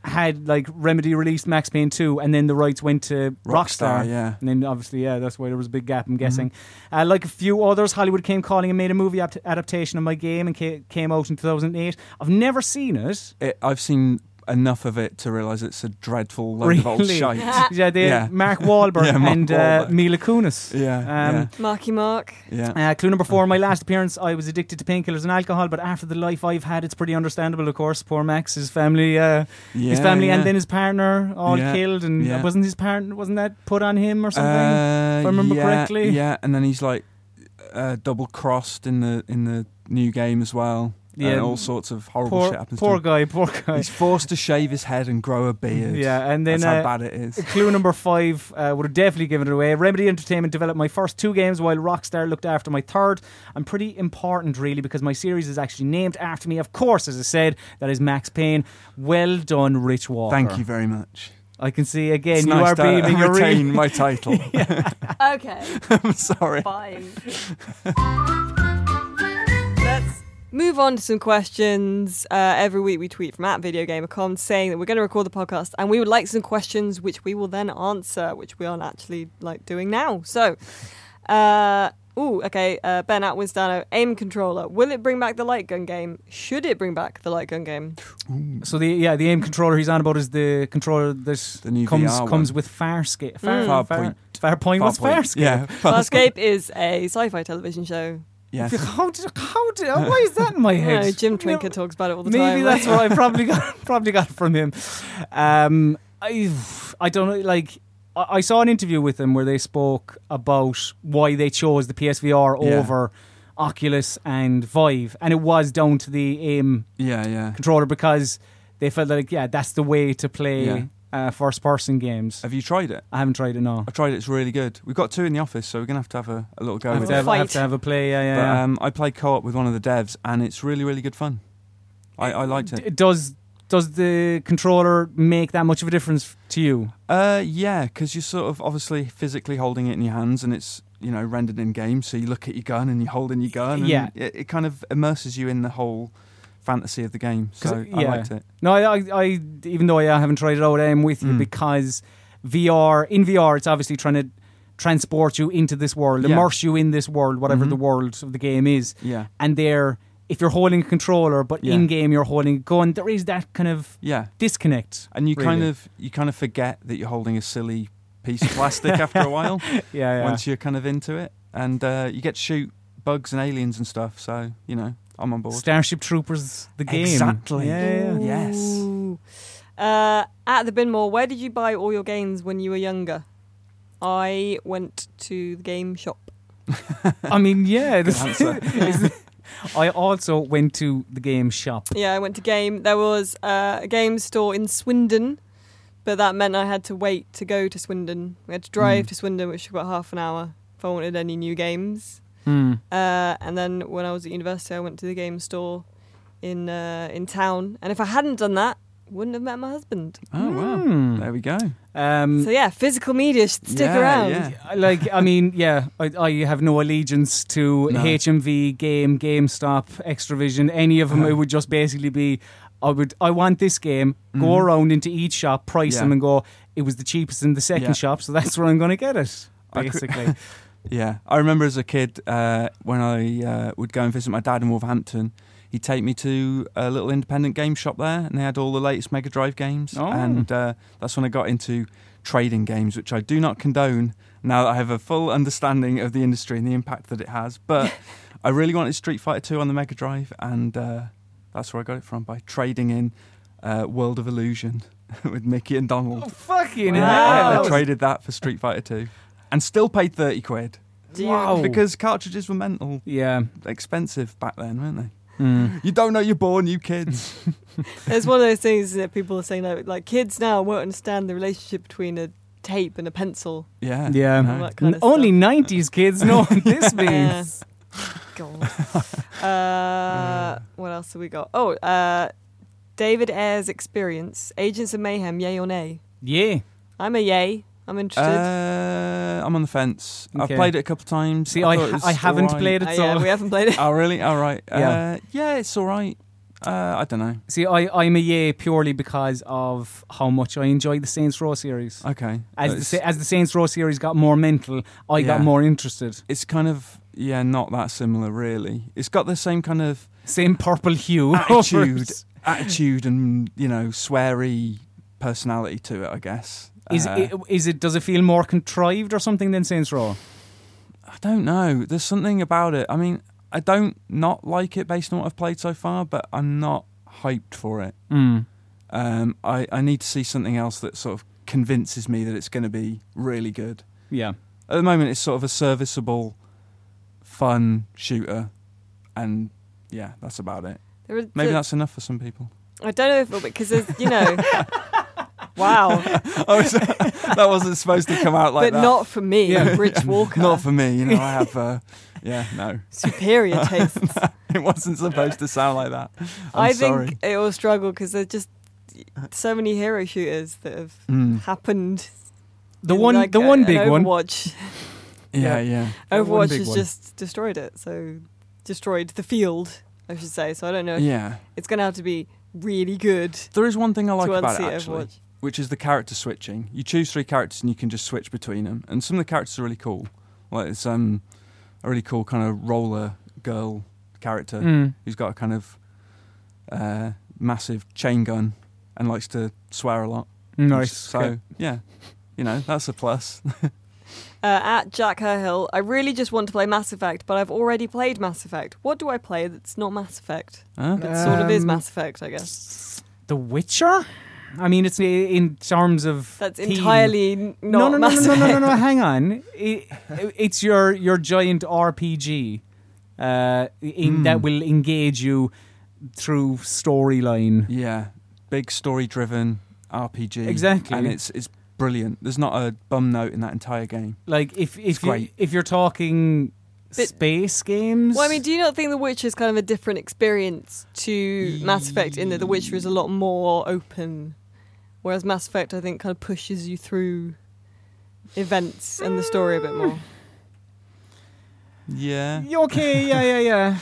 [SPEAKER 2] had like Remedy released Max Payne 2 and then the rights went to Rockstar.
[SPEAKER 3] Rockstar, yeah. Mm-hmm.
[SPEAKER 2] And then obviously, yeah, that's why there was a big gap, I'm guessing. Uh, like a few others, Hollywood came calling and made a movie apt- adaptation of my game and ca- came out in 2008. I've never seen it.
[SPEAKER 3] It, I've seen enough of it to realise it's a dreadful load of old
[SPEAKER 2] Really?
[SPEAKER 3] shite.
[SPEAKER 2] Yeah, they,
[SPEAKER 3] Yeah.
[SPEAKER 2] Mark Wahlberg
[SPEAKER 3] Yeah, Mark
[SPEAKER 2] and Uh,
[SPEAKER 3] Wahlberg.
[SPEAKER 2] Mila Kunis.
[SPEAKER 3] Yeah,
[SPEAKER 2] Um,
[SPEAKER 1] Marky Mark.
[SPEAKER 3] yeah, yeah.
[SPEAKER 2] Uh, clue number four, my last appearance, I was addicted to painkillers and alcohol, but after the life I've had, it's pretty understandable, of course. Poor Max, his family, uh, his
[SPEAKER 3] Yeah,
[SPEAKER 2] family,
[SPEAKER 3] yeah.
[SPEAKER 2] and then his partner all
[SPEAKER 3] Yeah,
[SPEAKER 2] killed, and
[SPEAKER 3] yeah.
[SPEAKER 2] wasn't his partner, wasn't that put on him or something?
[SPEAKER 3] Uh,
[SPEAKER 2] if I remember
[SPEAKER 3] yeah,
[SPEAKER 2] correctly.
[SPEAKER 3] Yeah, and then he's like uh, double crossed in the in the new game as well.
[SPEAKER 2] Yeah.
[SPEAKER 3] Yeah, and all sorts of horrible
[SPEAKER 2] poor,
[SPEAKER 3] shit happens.
[SPEAKER 2] poor
[SPEAKER 3] to him.
[SPEAKER 2] guy, poor guy.
[SPEAKER 3] He's forced to shave his head and grow a beard.
[SPEAKER 2] Yeah, and then
[SPEAKER 3] That's how
[SPEAKER 2] uh,
[SPEAKER 3] bad it is.
[SPEAKER 2] Clue number five uh, would have definitely given it away. Remedy Entertainment developed my first two games while Rockstar looked after my third. I'm pretty important, really, because my series is actually named after me. Of course, as I said, that is Max Payne. Well done, Rich Walker.
[SPEAKER 3] Thank you very much.
[SPEAKER 2] I can see again
[SPEAKER 3] It's
[SPEAKER 2] you
[SPEAKER 3] nice
[SPEAKER 2] are
[SPEAKER 3] to
[SPEAKER 2] being a
[SPEAKER 3] retain
[SPEAKER 2] real-
[SPEAKER 3] my title.
[SPEAKER 1] Okay,
[SPEAKER 3] I'm sorry.
[SPEAKER 1] fine. Let's move on to some questions. Uh, every week we tweet from at VideoGamerCon saying that we're going to record the podcast and we would like some questions which we will then answer, which we aren't actually like doing now. So, uh, ooh, okay, uh, Ben at Winsdano, aim controller. Will it bring back the light gun game? Should it bring back the light gun game?
[SPEAKER 2] So the yeah the aim controller he's on about is the controller that
[SPEAKER 3] The new
[SPEAKER 2] comes
[SPEAKER 3] VR
[SPEAKER 2] comes
[SPEAKER 3] one.
[SPEAKER 2] with Farscape. Far,
[SPEAKER 3] Mm.
[SPEAKER 2] far,
[SPEAKER 3] Farpoint.
[SPEAKER 2] Farpoint. What's
[SPEAKER 3] Far point.
[SPEAKER 2] Farscape?
[SPEAKER 3] Yeah.
[SPEAKER 1] Farscape is a sci-fi television show.
[SPEAKER 3] Yes.
[SPEAKER 2] How did, how did why is that in my
[SPEAKER 1] I don't
[SPEAKER 2] head?
[SPEAKER 1] know, Jim
[SPEAKER 2] No.
[SPEAKER 1] Trinker talks about it all the time.
[SPEAKER 2] Maybe that's what I probably got probably got from him. Um, I I don't know. Like I, I saw an interview with him where they spoke about why they chose the PSVR
[SPEAKER 3] Yeah.
[SPEAKER 2] over Oculus and Vive, and it was down to the aim
[SPEAKER 3] Yeah, yeah.
[SPEAKER 2] controller because they felt like yeah that's the way to play
[SPEAKER 3] Yeah.
[SPEAKER 2] uh, first person games.
[SPEAKER 3] Have you tried it?
[SPEAKER 2] I haven't tried it no.
[SPEAKER 3] I've tried it. It's really good. We've got two in the office, so we're gonna have to have a, a little go
[SPEAKER 2] I have,
[SPEAKER 3] with
[SPEAKER 2] to
[SPEAKER 3] it.
[SPEAKER 2] have, I have
[SPEAKER 1] Fight.
[SPEAKER 2] to have a play. Yeah, yeah.
[SPEAKER 3] But
[SPEAKER 2] yeah.
[SPEAKER 3] um, I played co-op with one of the devs, and it's really, really good fun. I, I liked it.
[SPEAKER 2] D- does does the controller make that much of a difference to you?
[SPEAKER 3] Uh, yeah, because you're sort of obviously physically holding it in your hands, and it's you know rendered in game. So you look at your gun, and you're holding your gun. And
[SPEAKER 2] Yeah.
[SPEAKER 3] it, it kind of immerses you in the whole fantasy of the game.
[SPEAKER 2] 'Cause
[SPEAKER 3] So
[SPEAKER 2] it-
[SPEAKER 3] I
[SPEAKER 2] yeah.
[SPEAKER 3] liked it.
[SPEAKER 2] No, I, I, I even though I haven't tried it out, I am with you
[SPEAKER 3] Mm.
[SPEAKER 2] because VR in VR, it's obviously trying to transport you into this world,
[SPEAKER 3] Yeah.
[SPEAKER 2] immerse you in this world, whatever
[SPEAKER 3] Mhm.
[SPEAKER 2] the world of the game is.
[SPEAKER 3] Yeah,
[SPEAKER 2] And there, if you're holding a controller, but
[SPEAKER 3] Yeah.
[SPEAKER 2] in game you're holding a gun, there is that kind of
[SPEAKER 3] yeah.
[SPEAKER 2] disconnect.
[SPEAKER 3] And you kind
[SPEAKER 2] Really?
[SPEAKER 3] of you kind of forget that you're holding a silly piece of plastic after a while
[SPEAKER 2] Yeah, yeah.
[SPEAKER 3] once you're kind of into it, and uh, you get to shoot bugs and aliens and stuff. So you know I'm on board.
[SPEAKER 2] Starship Troopers, the game.
[SPEAKER 3] Exactly.
[SPEAKER 2] Yeah, yeah, yeah.
[SPEAKER 3] Yes.
[SPEAKER 1] Ooh. Uh, at the Binmore, where did you buy all your games when you were younger? I went to the game shop.
[SPEAKER 2] I mean, yeah. this-
[SPEAKER 3] answer.
[SPEAKER 2] is- I also went to the game shop.
[SPEAKER 1] Yeah, I went to game. There was uh, a game store in Swindon, but that meant I had to wait to go to Swindon. We had to drive
[SPEAKER 3] Mm.
[SPEAKER 1] to Swindon, which took about half an hour if I wanted any new games.
[SPEAKER 3] Hmm.
[SPEAKER 1] Uh, and then when I was at university, I went to the game store in uh, in town. And if I hadn't done that, wouldn't have met my husband.
[SPEAKER 3] Oh wow.
[SPEAKER 2] Hmm.
[SPEAKER 3] There we go.
[SPEAKER 2] Um,
[SPEAKER 1] So yeah, physical media should stick
[SPEAKER 3] Yeah,
[SPEAKER 1] around.
[SPEAKER 3] yeah.
[SPEAKER 2] Uh, like, I mean, yeah, I, I have no allegiance to
[SPEAKER 3] No.
[SPEAKER 2] HMV, Game, GameStop, Extravision, any of them. It would just basically be, I would, I want this game. Go
[SPEAKER 3] Mhm.
[SPEAKER 2] around into each shop, price
[SPEAKER 3] Yeah.
[SPEAKER 2] them, and go. It was the cheapest in the second
[SPEAKER 3] Yeah.
[SPEAKER 2] shop, so that's where I'm going to get it.
[SPEAKER 3] I cou-
[SPEAKER 2] Basically,
[SPEAKER 3] Yeah, I remember as a kid uh, when I uh, would go and visit my dad in Wolverhampton. He'd take me to a little independent game shop there, and they had all the latest Mega Drive games.
[SPEAKER 2] Oh.
[SPEAKER 3] And uh, that's when I got into trading games, which I do not condone now that I have a full understanding of the industry and the impact that it has. But I really wanted Street Fighter II on the Mega Drive, and uh, that's where I got it from by trading in uh, World of Illusion with Mickey and Donald.
[SPEAKER 2] fucking
[SPEAKER 1] Wow.
[SPEAKER 3] I,
[SPEAKER 2] Oh, hell.
[SPEAKER 3] I traded that for Street Fighter 2 and still paid 30 quid.
[SPEAKER 1] Do you-
[SPEAKER 2] Wow.
[SPEAKER 3] Because cartridges were mental
[SPEAKER 2] yeah.
[SPEAKER 3] expensive back then, weren't they?
[SPEAKER 2] Mm.
[SPEAKER 3] You don't know you're born, you kids.
[SPEAKER 1] It's one of those things that people are saying like, like kids now won't understand the relationship between a tape and a pencil.
[SPEAKER 3] yeah.
[SPEAKER 2] Yeah.
[SPEAKER 1] All that kind of
[SPEAKER 2] Only
[SPEAKER 1] stuff.
[SPEAKER 2] nineties kids know what this
[SPEAKER 1] Yeah.
[SPEAKER 2] means.
[SPEAKER 1] God. Uh, what else have we got? Oh, uh, David Ayres experience. Agents of Mayhem, yay or nay?
[SPEAKER 2] Yeah.
[SPEAKER 1] I'm a yay. I'm interested.
[SPEAKER 3] Uh, I'm on the fence.
[SPEAKER 2] Okay.
[SPEAKER 3] I've played it a couple of times.
[SPEAKER 2] See, I,
[SPEAKER 3] thought it
[SPEAKER 2] ha-
[SPEAKER 3] was
[SPEAKER 2] I haven't
[SPEAKER 3] alright.
[SPEAKER 2] played
[SPEAKER 1] Uh,
[SPEAKER 2] it, so
[SPEAKER 1] yeah, we haven't played it.
[SPEAKER 3] Oh, really? All right.
[SPEAKER 2] Yeah.
[SPEAKER 3] Uh, yeah, it's all right. Uh, I don't know.
[SPEAKER 2] See, I, I'm a yay purely because of how much I enjoyed the Saints Row series.
[SPEAKER 3] Okay.
[SPEAKER 2] As the,
[SPEAKER 3] It's-
[SPEAKER 2] Sa- as the Saints Row series got more mental, I got
[SPEAKER 3] Yeah.
[SPEAKER 2] more interested.
[SPEAKER 3] it's kind of yeah, not that similar really. It's got the same kind of
[SPEAKER 2] Same purple hue.
[SPEAKER 3] attitude, attitude, and you know, sweary personality to it. I guess.
[SPEAKER 2] Is,
[SPEAKER 3] Uh,
[SPEAKER 2] it, is it? Does it feel more contrived or something than Saints Row?
[SPEAKER 3] I don't know. There's something about it. I mean, I don't not like it based on what I've played so far, but I'm not hyped for it.
[SPEAKER 2] Mm.
[SPEAKER 3] Um, I I need to see something else that sort of convinces me that it's going to be really good.
[SPEAKER 2] Yeah.
[SPEAKER 3] At the moment, it's sort of a serviceable, fun shooter, and yeah, that's about it.
[SPEAKER 1] There is-
[SPEAKER 3] Maybe that's enough for some people.
[SPEAKER 1] I don't know if because there's you know. wow,
[SPEAKER 3] Oh, so- that wasn't supposed to come out like
[SPEAKER 1] but
[SPEAKER 3] that.
[SPEAKER 1] not for me, Rich Walker.
[SPEAKER 3] Not for me. You know, I have. Uh, yeah, no,
[SPEAKER 1] superior tastes.
[SPEAKER 3] it wasn't supposed to sound like that. I'm
[SPEAKER 1] I
[SPEAKER 3] sorry.
[SPEAKER 1] think it will struggle because there's just so many hero shooters that have
[SPEAKER 3] Mm.
[SPEAKER 1] happened.
[SPEAKER 2] The
[SPEAKER 1] in,
[SPEAKER 2] one,
[SPEAKER 1] like,
[SPEAKER 2] the
[SPEAKER 1] a-
[SPEAKER 2] one
[SPEAKER 1] an
[SPEAKER 2] big one.
[SPEAKER 1] Overwatch.
[SPEAKER 3] Yeah, yeah.
[SPEAKER 2] The one
[SPEAKER 1] Overwatch
[SPEAKER 2] big
[SPEAKER 1] has
[SPEAKER 2] one.
[SPEAKER 1] just destroyed it. So destroyed the field, I should say. So I don't know.
[SPEAKER 3] Yeah.
[SPEAKER 1] If It's going to have to be really good
[SPEAKER 3] There is one thing I like
[SPEAKER 1] to
[SPEAKER 3] about it
[SPEAKER 1] unsee
[SPEAKER 3] actually,
[SPEAKER 1] Overwatch.
[SPEAKER 3] which is the character switching. You choose three characters and you can just switch between them. And some of the characters are really cool. Like it's um a really cool kind of roller girl character
[SPEAKER 1] Hmm.
[SPEAKER 2] Mm.
[SPEAKER 3] who's got a kind of uh, massive chain gun and likes to swear a lot.
[SPEAKER 2] Hmm. Nice.
[SPEAKER 3] So
[SPEAKER 2] Okay.
[SPEAKER 3] yeah, you know that's a plus.
[SPEAKER 1] Uh, at Jack Herhill, I really just want to play Mass Effect, but I've already played Mass Effect. What do I play that's not Mass Effect?
[SPEAKER 3] Huh?
[SPEAKER 1] That sort of is
[SPEAKER 2] Um,
[SPEAKER 1] Mass Effect, I guess.
[SPEAKER 2] The Witcher. I mean, it's i- in terms of
[SPEAKER 1] That's
[SPEAKER 2] theme.
[SPEAKER 1] entirely n- not
[SPEAKER 2] no, no, no,
[SPEAKER 1] Mass
[SPEAKER 2] no, no,
[SPEAKER 1] Effect.
[SPEAKER 2] no, no, no, Hang on. It, it's your your giant RPG uh, in, that will engage you through storyline.
[SPEAKER 3] Yeah, big story-driven RPG.
[SPEAKER 2] Exactly.
[SPEAKER 3] and it's it's brilliant. There's not a bum note in that entire game.
[SPEAKER 2] Like if if you,
[SPEAKER 3] great.
[SPEAKER 2] if you're talking
[SPEAKER 1] But-
[SPEAKER 2] space games.
[SPEAKER 1] Well, I mean, do you not think The Witcher is kind of a different experience to Mass Effect in that The Witcher is a lot more open, whereas Mass Effect, I think, kind of pushes you through events and the story a bit more.
[SPEAKER 3] Yeah,
[SPEAKER 2] Yeah, Okay, yeah, yeah, yeah.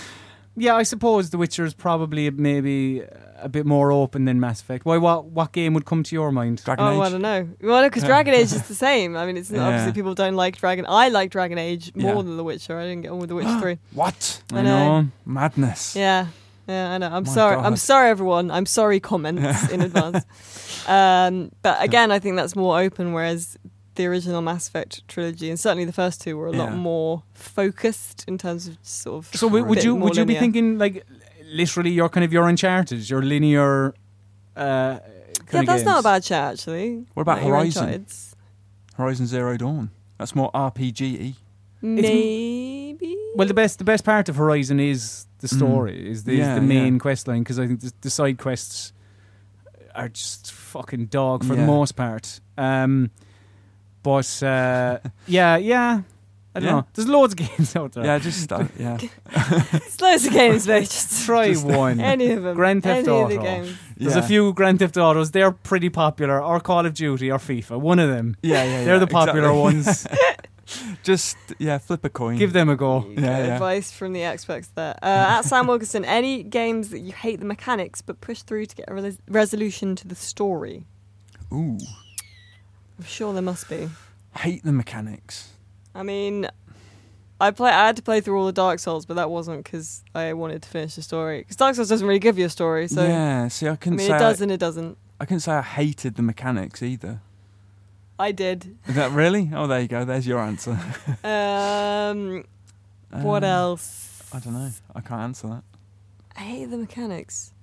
[SPEAKER 2] Yeah, I suppose The Witcher is probably maybe a bit more open than Mass Effect. Why? What? What game would come to your mind?
[SPEAKER 3] Dragon
[SPEAKER 1] Oh,
[SPEAKER 3] Age.
[SPEAKER 1] I don't know. Well, because Dragon Age is the same. I mean, it's
[SPEAKER 3] Yeah.
[SPEAKER 1] obviously people don't like Dragon. I like Dragon Age more
[SPEAKER 3] Yeah.
[SPEAKER 1] than The Witcher. I didn't get on with The Witcher Three.
[SPEAKER 3] What?
[SPEAKER 1] I know.
[SPEAKER 3] Madness.
[SPEAKER 1] Yeah. Yeah, I know. I'm
[SPEAKER 3] My
[SPEAKER 1] sorry. I'm
[SPEAKER 3] God.
[SPEAKER 1] sorry, everyone. I'm sorry, comments in advance. Um, but again, I think that's more open, whereas the original Mass Effect trilogy and certainly the first two were a lot
[SPEAKER 3] Yeah.
[SPEAKER 1] more focused in terms of sort of.
[SPEAKER 2] So w- would
[SPEAKER 1] bit
[SPEAKER 2] you
[SPEAKER 1] more
[SPEAKER 2] would you be
[SPEAKER 1] linear.
[SPEAKER 2] thinking like literally your kind of your Uncharted, your linear? Uh,
[SPEAKER 1] Yeah,
[SPEAKER 2] kind of
[SPEAKER 1] that's not a
[SPEAKER 2] games?
[SPEAKER 1] bad chat actually.
[SPEAKER 3] What about
[SPEAKER 1] Like your
[SPEAKER 3] Horizon?
[SPEAKER 1] Uncharted's.
[SPEAKER 3] Horizon Zero Dawn. That's more RPG.
[SPEAKER 1] Maybe.
[SPEAKER 2] Well, the best the best part of Horizon is the story, is the, is
[SPEAKER 3] Mm. Yeah,
[SPEAKER 2] the main
[SPEAKER 3] yeah.
[SPEAKER 2] quest line because I think the, the side quests are just fucking dog for the
[SPEAKER 3] Yeah.
[SPEAKER 2] most part. Um, but uh, yeah, yeah, I don't
[SPEAKER 3] Yeah.
[SPEAKER 2] know. There's loads of games out there.
[SPEAKER 3] Yeah, just uh, yeah.
[SPEAKER 1] It's loads of games, mate. Just
[SPEAKER 2] Try one.
[SPEAKER 1] any of them.
[SPEAKER 2] Grand
[SPEAKER 1] any
[SPEAKER 2] Theft
[SPEAKER 1] Of the
[SPEAKER 2] Auto.
[SPEAKER 1] games.
[SPEAKER 2] There's
[SPEAKER 3] yeah.
[SPEAKER 2] a few Grand Theft Autos. They're pretty popular, or Call of Duty, or FIFA. One of them.
[SPEAKER 3] Yeah, yeah, yeah.
[SPEAKER 2] They're the popular
[SPEAKER 3] exactly.
[SPEAKER 2] ones.
[SPEAKER 3] Just yeah, flip a coin.
[SPEAKER 2] Give them a go.
[SPEAKER 3] Yeah,
[SPEAKER 1] Good
[SPEAKER 3] yeah.
[SPEAKER 1] advice from the experts there. Uh, at Sam Wilkinson, any games that you hate the mechanics but push through to get a res- resolution to the story?
[SPEAKER 3] Ooh,
[SPEAKER 1] I'm sure there must be.
[SPEAKER 3] hate the mechanics.
[SPEAKER 1] I mean, I play. I had to play through all the Dark Souls, but that wasn't because I wanted to finish the story. Because Dark Souls doesn't really give you a story, so
[SPEAKER 3] yeah, see, I
[SPEAKER 1] I
[SPEAKER 3] couldn't
[SPEAKER 1] mean,
[SPEAKER 3] say
[SPEAKER 1] it does and it doesn't.
[SPEAKER 3] I, I couldn't say I hated the mechanics either.
[SPEAKER 1] I did.
[SPEAKER 3] Is that really? Oh, there you go. There's your answer.
[SPEAKER 1] Um, what
[SPEAKER 3] Uh,
[SPEAKER 1] else?
[SPEAKER 3] I don't know. I can't answer that.
[SPEAKER 1] I hate the mechanics.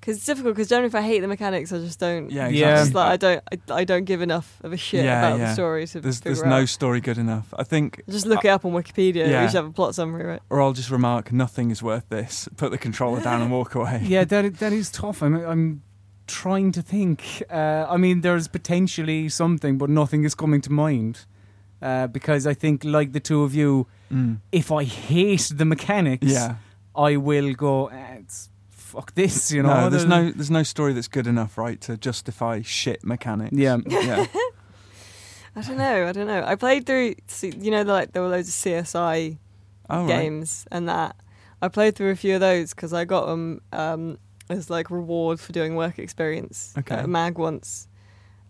[SPEAKER 1] Because it's difficult. Because generally, if I hate the mechanics, I just don't.
[SPEAKER 3] Yeah, exactly.
[SPEAKER 2] Yeah.
[SPEAKER 1] It's Just like I don't. I, I don't give enough of a shit
[SPEAKER 3] Yeah,
[SPEAKER 1] about the
[SPEAKER 3] yeah.
[SPEAKER 1] story to
[SPEAKER 3] There's
[SPEAKER 1] figure
[SPEAKER 3] there's
[SPEAKER 1] out.
[SPEAKER 3] no story good enough. I think,
[SPEAKER 1] Just look it up on Wikipedia.
[SPEAKER 3] Yeah.
[SPEAKER 1] You should have a plot summary, right?
[SPEAKER 3] or I'll just remark, nothing is worth this. Put the controller down and walk away.
[SPEAKER 2] Yeah, that i- that is tough. I'm I'm trying to think. Uh, I mean, there's potentially something, but nothing is coming to mind uh, because I think, like the two of you,
[SPEAKER 3] Mm.
[SPEAKER 2] if I hate the mechanics,
[SPEAKER 3] Yeah.
[SPEAKER 2] I will go. "Eh, it's- fuck this, you know.
[SPEAKER 3] no, there's no there's no story that's good enough, right, to justify shit mechanics.
[SPEAKER 2] Yeah.
[SPEAKER 3] yeah,
[SPEAKER 1] I don't know. I don't know. I played through. see, You know, like there were loads of CSI
[SPEAKER 3] oh, right.
[SPEAKER 1] games and that. I played through a few of those because I got them um, as like reward for doing work experience
[SPEAKER 3] Okay.
[SPEAKER 1] at Mag once.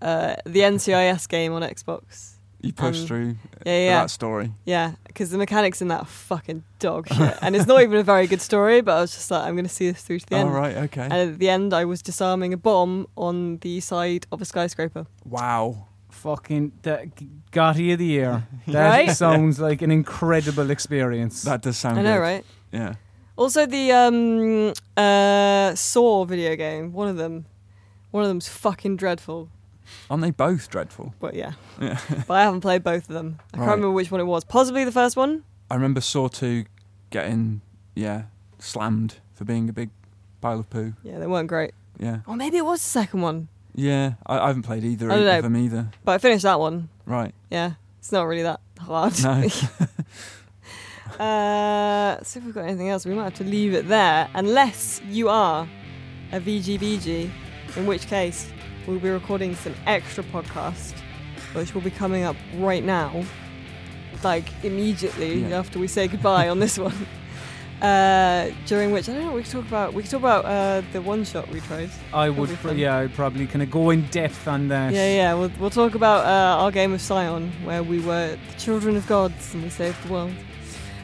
[SPEAKER 1] Uh, the NCIS game on Xbox.
[SPEAKER 3] You push
[SPEAKER 1] Um,
[SPEAKER 3] through
[SPEAKER 1] yeah, yeah.
[SPEAKER 3] that story.
[SPEAKER 1] Yeah, because the mechanics in that are fucking dog shit. and it's not even a very good story, but I was just like, I'm going to see this through to the
[SPEAKER 3] All
[SPEAKER 1] end. Uh,
[SPEAKER 3] right. Okay.
[SPEAKER 1] And at the end, I was disarming a bomb on the side of a skyscraper.
[SPEAKER 3] wow.
[SPEAKER 2] Fucking that Gotti of the year. That
[SPEAKER 1] Right?
[SPEAKER 2] sounds like an incredible experience.
[SPEAKER 3] That does sound.
[SPEAKER 1] I know,
[SPEAKER 3] Oh, good.
[SPEAKER 1] right?
[SPEAKER 3] Yeah.
[SPEAKER 1] Also, the um, uh, Saw video game, one of them, one of them's fucking dreadful.
[SPEAKER 3] Aren't they both dreadful?
[SPEAKER 1] But yeah,
[SPEAKER 3] Yeah.
[SPEAKER 1] but I haven't played both of them. I can't
[SPEAKER 3] Right.
[SPEAKER 1] remember which one it was. Possibly the first one.
[SPEAKER 3] I remember Saw Two getting yeah slammed for being a big pile of poo.
[SPEAKER 1] Yeah, they weren't great.
[SPEAKER 3] Yeah.
[SPEAKER 1] Or maybe it was the second one.
[SPEAKER 3] Yeah. I, I haven't played either
[SPEAKER 1] I don't know.
[SPEAKER 3] of them either.
[SPEAKER 1] But I finished that one.
[SPEAKER 3] Right.
[SPEAKER 1] Yeah, it's not really that hard.
[SPEAKER 3] No.
[SPEAKER 1] Uh, see if we've got anything else. We might have to leave it there, unless you are a VGBG, in which case we'll be recording some extra podcast, which will be coming up right now, like immediately
[SPEAKER 3] Yeah.
[SPEAKER 1] after we say goodbye on this one. Uh, during which I don't know. We could talk about we could talk about uh, the one shot we tried.
[SPEAKER 2] I
[SPEAKER 1] That'll
[SPEAKER 2] would,
[SPEAKER 1] be
[SPEAKER 2] pr-
[SPEAKER 1] fun.
[SPEAKER 2] yeah, I'd probably kind of go in depth on that.
[SPEAKER 1] Yeah, yeah. We'll, we'll talk about uh, our game of Scion, where we were the children of gods and we saved the world.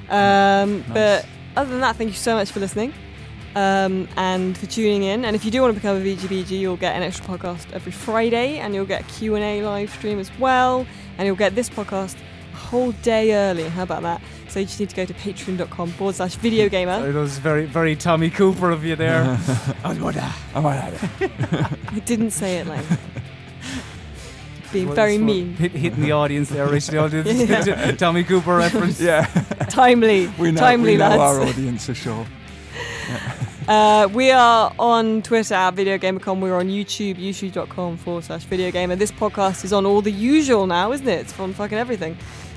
[SPEAKER 1] Um, But other than that, thank you so much for listening um, and for tuning in. And if you do want to become a VGBG, you'll get an extra podcast every Friday, and you'll get a Q and A live stream as well, and you'll get this podcast a whole day early. How about that? So you just need to go to patreon.com forward slash video gamer.
[SPEAKER 2] Sorry, that was very, very Tommy Cooper of you there.
[SPEAKER 3] Oh, All right.
[SPEAKER 1] I didn't say it like that. being
[SPEAKER 2] Well,
[SPEAKER 1] very
[SPEAKER 2] it's what-
[SPEAKER 1] mean,
[SPEAKER 2] Hit, hitting the audience there, Rich. The audience.
[SPEAKER 1] Yeah.
[SPEAKER 2] Tommy Cooper reference.
[SPEAKER 3] Yeah.
[SPEAKER 1] timely,
[SPEAKER 3] We know,
[SPEAKER 1] timely
[SPEAKER 3] we know
[SPEAKER 1] lads.
[SPEAKER 3] our audience are sure.
[SPEAKER 1] Uh, we are on Twitter at VideoGamerCon. We're on YouTube, youtube.com forward slash VideoGamer. This podcast is on all the usual now, isn't it? It's on fucking everything.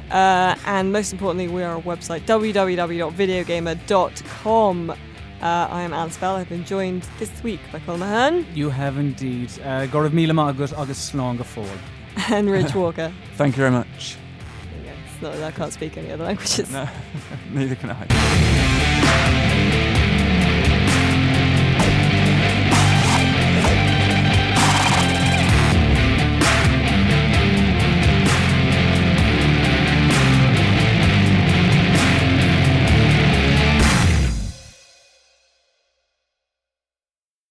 [SPEAKER 1] Uh, and most importantly, we are a website, www.videogamer.com. Uh, I am Anne Spell. I've been joined this week by Colin Mahern
[SPEAKER 2] You have indeed. Uh, Gorav Mila August August Slonga Ford.
[SPEAKER 1] and Rich Walker.
[SPEAKER 3] Thank you very much.
[SPEAKER 1] There you go. It's not- I can't speak any other languages.
[SPEAKER 3] Neither can I.